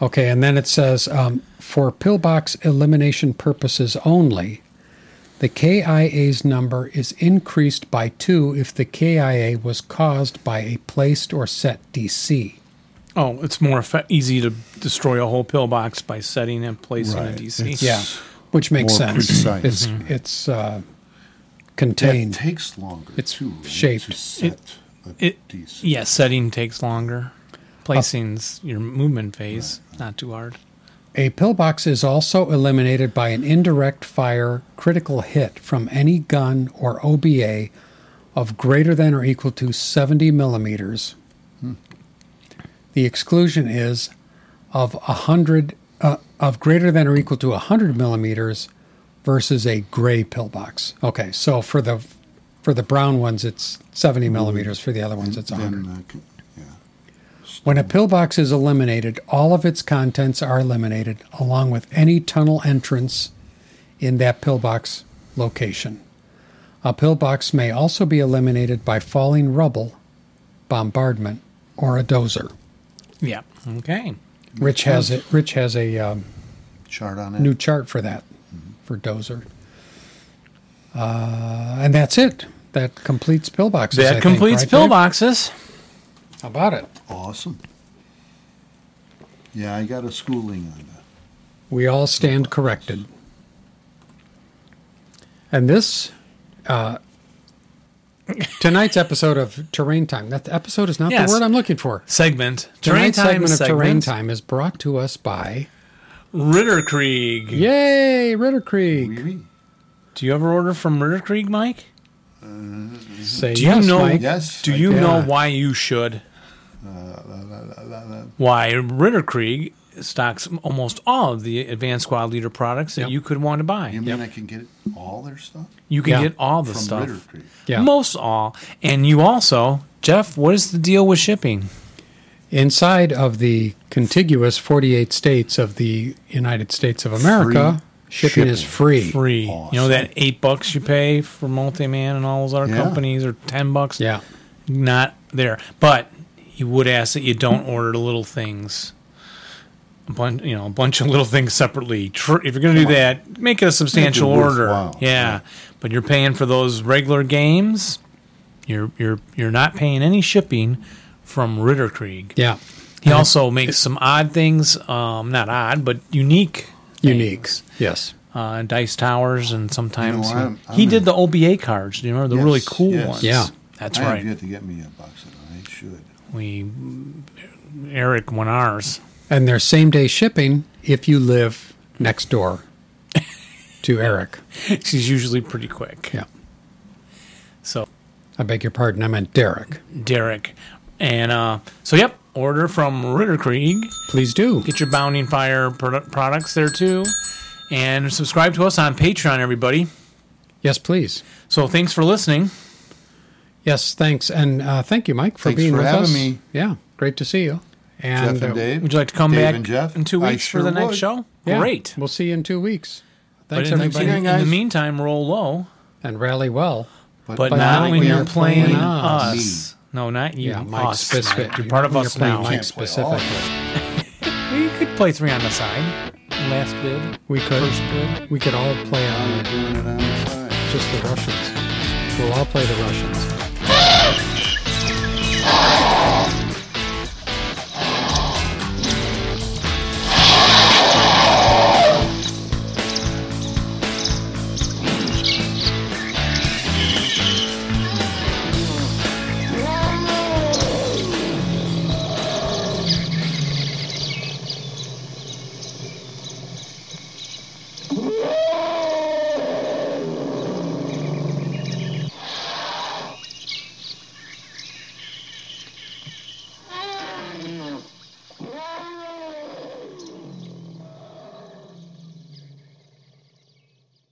[SPEAKER 1] Okay, and then it says um, for pillbox elimination purposes only, the KIA's number is increased by two if the KIA was caused by a placed or set DC.
[SPEAKER 2] Oh, it's more effe- easy to destroy a whole pillbox by setting and placing a
[SPEAKER 3] Right.
[SPEAKER 2] DC.
[SPEAKER 3] It's-
[SPEAKER 1] Yeah, which makes
[SPEAKER 3] More
[SPEAKER 1] sense.
[SPEAKER 3] precise.
[SPEAKER 1] It's it's uh,
[SPEAKER 3] That
[SPEAKER 1] contained.
[SPEAKER 3] takes longer.
[SPEAKER 1] It's
[SPEAKER 3] too, right,
[SPEAKER 1] shaped.
[SPEAKER 3] To set a
[SPEAKER 2] it-
[SPEAKER 3] DC.
[SPEAKER 2] Yeah, setting takes longer. Placing's your movement phase, not too hard.
[SPEAKER 1] A pillbox is also eliminated by an indirect fire critical hit from any gun or OBA of greater than or equal to 70 millimeters. The exclusion is of 100 uh, of greater than or equal to 100 millimeters versus a gray pillbox. Okay, so for the for the brown ones it's 70 millimeters. For the other ones it's 100.
[SPEAKER 3] Then, uh, c- yeah.
[SPEAKER 1] When a pillbox is eliminated, all of its contents are eliminated, along with any tunnel entrance in that pillbox location. A pillbox may also be eliminated by falling rubble, bombardment, or a dozer.
[SPEAKER 2] Yeah. Okay.
[SPEAKER 1] Rich has it. Rich has a um,
[SPEAKER 3] Chart on it.
[SPEAKER 1] new chart for that, for dozer. Uh, and that's it. That completes pillboxes. I
[SPEAKER 2] That
[SPEAKER 1] think,
[SPEAKER 2] completes
[SPEAKER 1] right, Dave?
[SPEAKER 2] pillboxes.
[SPEAKER 1] How about it?
[SPEAKER 3] Awesome. Yeah, I got a schooling on that.
[SPEAKER 1] We all stand corrected. And this uh, tonight's episode of Terrain Time. That episode is not
[SPEAKER 2] Yes.
[SPEAKER 1] the word I'm looking for.
[SPEAKER 2] Segment. Terrain
[SPEAKER 1] Tonight's
[SPEAKER 2] time
[SPEAKER 1] segment of Terrain
[SPEAKER 2] segment.
[SPEAKER 1] Time is brought to us by
[SPEAKER 2] Ritter Krieg.
[SPEAKER 1] Yay Ritter Creek.
[SPEAKER 3] Really?
[SPEAKER 2] Do you ever order from Ritter Krieg, Mike?
[SPEAKER 1] Say
[SPEAKER 2] Do you
[SPEAKER 1] yes,
[SPEAKER 2] know-
[SPEAKER 1] Mike.
[SPEAKER 3] Yes.
[SPEAKER 2] Do
[SPEAKER 3] I Uh,
[SPEAKER 2] you
[SPEAKER 3] did.
[SPEAKER 2] know why you should? Why Ritter Krieg stocks almost all of the Advanced Squad Leader products that
[SPEAKER 1] Yep.
[SPEAKER 2] you could want to buy.
[SPEAKER 3] You mean I can get all their stuff
[SPEAKER 2] You can
[SPEAKER 1] Yeah.
[SPEAKER 2] get all the
[SPEAKER 3] from
[SPEAKER 2] stuff.
[SPEAKER 3] Ritter Creek?
[SPEAKER 1] Yeah.
[SPEAKER 2] Most all. And you also, Jeff, what is the deal with shipping?
[SPEAKER 1] Inside of the contiguous 48 states of the United States of America, shipping, is free.
[SPEAKER 2] Free. You know
[SPEAKER 3] Awesome.
[SPEAKER 2] that eight bucks you pay for Multiman and all those other
[SPEAKER 3] Yeah.
[SPEAKER 2] companies or ten bucks?
[SPEAKER 1] Yeah.
[SPEAKER 2] Not there. But he would ask that you don't order the little things. A bunch, you know, a bunch of little things separately. Tr- If you're going to do that, make it a substantial order.
[SPEAKER 3] worthwhile.
[SPEAKER 2] Yeah. but you're paying for those regular games. You're you're you're not paying any shipping from Ritter Krieg.
[SPEAKER 1] Yeah.
[SPEAKER 2] He also makes some odd things, um, not odd, but unique.
[SPEAKER 1] Unique.
[SPEAKER 2] things.
[SPEAKER 1] Yes.
[SPEAKER 2] Uh, dice towers, and sometimes uh,
[SPEAKER 3] You know, I'm-
[SPEAKER 2] he, he
[SPEAKER 3] I'm
[SPEAKER 2] did
[SPEAKER 3] in-
[SPEAKER 2] the OBA cards. Do you remember the
[SPEAKER 3] Yes,
[SPEAKER 2] really cool
[SPEAKER 3] yes.
[SPEAKER 2] ones?
[SPEAKER 1] Yeah.
[SPEAKER 2] that's
[SPEAKER 3] I
[SPEAKER 2] right.
[SPEAKER 3] have yet to get me a box of them. I should.
[SPEAKER 2] We Eric won ours.
[SPEAKER 1] And there's same day shipping if you live next door to Eric.
[SPEAKER 2] She's usually pretty quick.
[SPEAKER 1] Yeah.
[SPEAKER 2] So
[SPEAKER 1] I beg your pardon. I meant Derek.
[SPEAKER 2] Derek, and uh, so yep, order from Ritter Krieg.
[SPEAKER 1] Please do.
[SPEAKER 2] Get your Bounding Fire produ- products there too, and subscribe to us on Patreon, everybody.
[SPEAKER 1] Yes, please.
[SPEAKER 2] So thanks for listening.
[SPEAKER 1] Yes, thanks, and uh, thank you, Mike, for
[SPEAKER 3] Thanks
[SPEAKER 1] being
[SPEAKER 3] for
[SPEAKER 1] with
[SPEAKER 3] having
[SPEAKER 1] us.
[SPEAKER 3] me.
[SPEAKER 1] Yeah, great to see you. And,
[SPEAKER 3] Jeff and
[SPEAKER 1] uh,
[SPEAKER 3] Dave.
[SPEAKER 2] Would you like to come
[SPEAKER 3] Dave
[SPEAKER 2] back
[SPEAKER 3] and Jeff?
[SPEAKER 2] in two
[SPEAKER 3] I
[SPEAKER 2] weeks for the
[SPEAKER 3] sure
[SPEAKER 2] next
[SPEAKER 3] would.
[SPEAKER 2] show?
[SPEAKER 1] yeah,
[SPEAKER 2] Great.
[SPEAKER 1] We'll see you in two weeks.
[SPEAKER 2] But
[SPEAKER 1] Thanks,
[SPEAKER 2] in, the-
[SPEAKER 1] everybody,
[SPEAKER 2] in, in
[SPEAKER 3] guys.
[SPEAKER 2] the meantime, roll low.
[SPEAKER 1] and rally well.
[SPEAKER 2] But,
[SPEAKER 1] But
[SPEAKER 2] not
[SPEAKER 1] now
[SPEAKER 2] when
[SPEAKER 1] we
[SPEAKER 2] you're
[SPEAKER 1] are
[SPEAKER 2] playing,
[SPEAKER 1] playing
[SPEAKER 2] us.
[SPEAKER 3] us.
[SPEAKER 2] No, not you.
[SPEAKER 1] Yeah, Mike
[SPEAKER 2] us.
[SPEAKER 1] specific.
[SPEAKER 2] You're part of
[SPEAKER 1] You're
[SPEAKER 2] us
[SPEAKER 1] playing
[SPEAKER 2] now.
[SPEAKER 1] Mike
[SPEAKER 3] Can't play all of
[SPEAKER 1] specifically.
[SPEAKER 2] You could play three on the side. Last bid.
[SPEAKER 1] We could.
[SPEAKER 2] First bid.
[SPEAKER 1] We could all play
[SPEAKER 3] Now
[SPEAKER 1] on
[SPEAKER 3] you're doing it on the side.
[SPEAKER 1] just the Russians. We'll all play the Russians.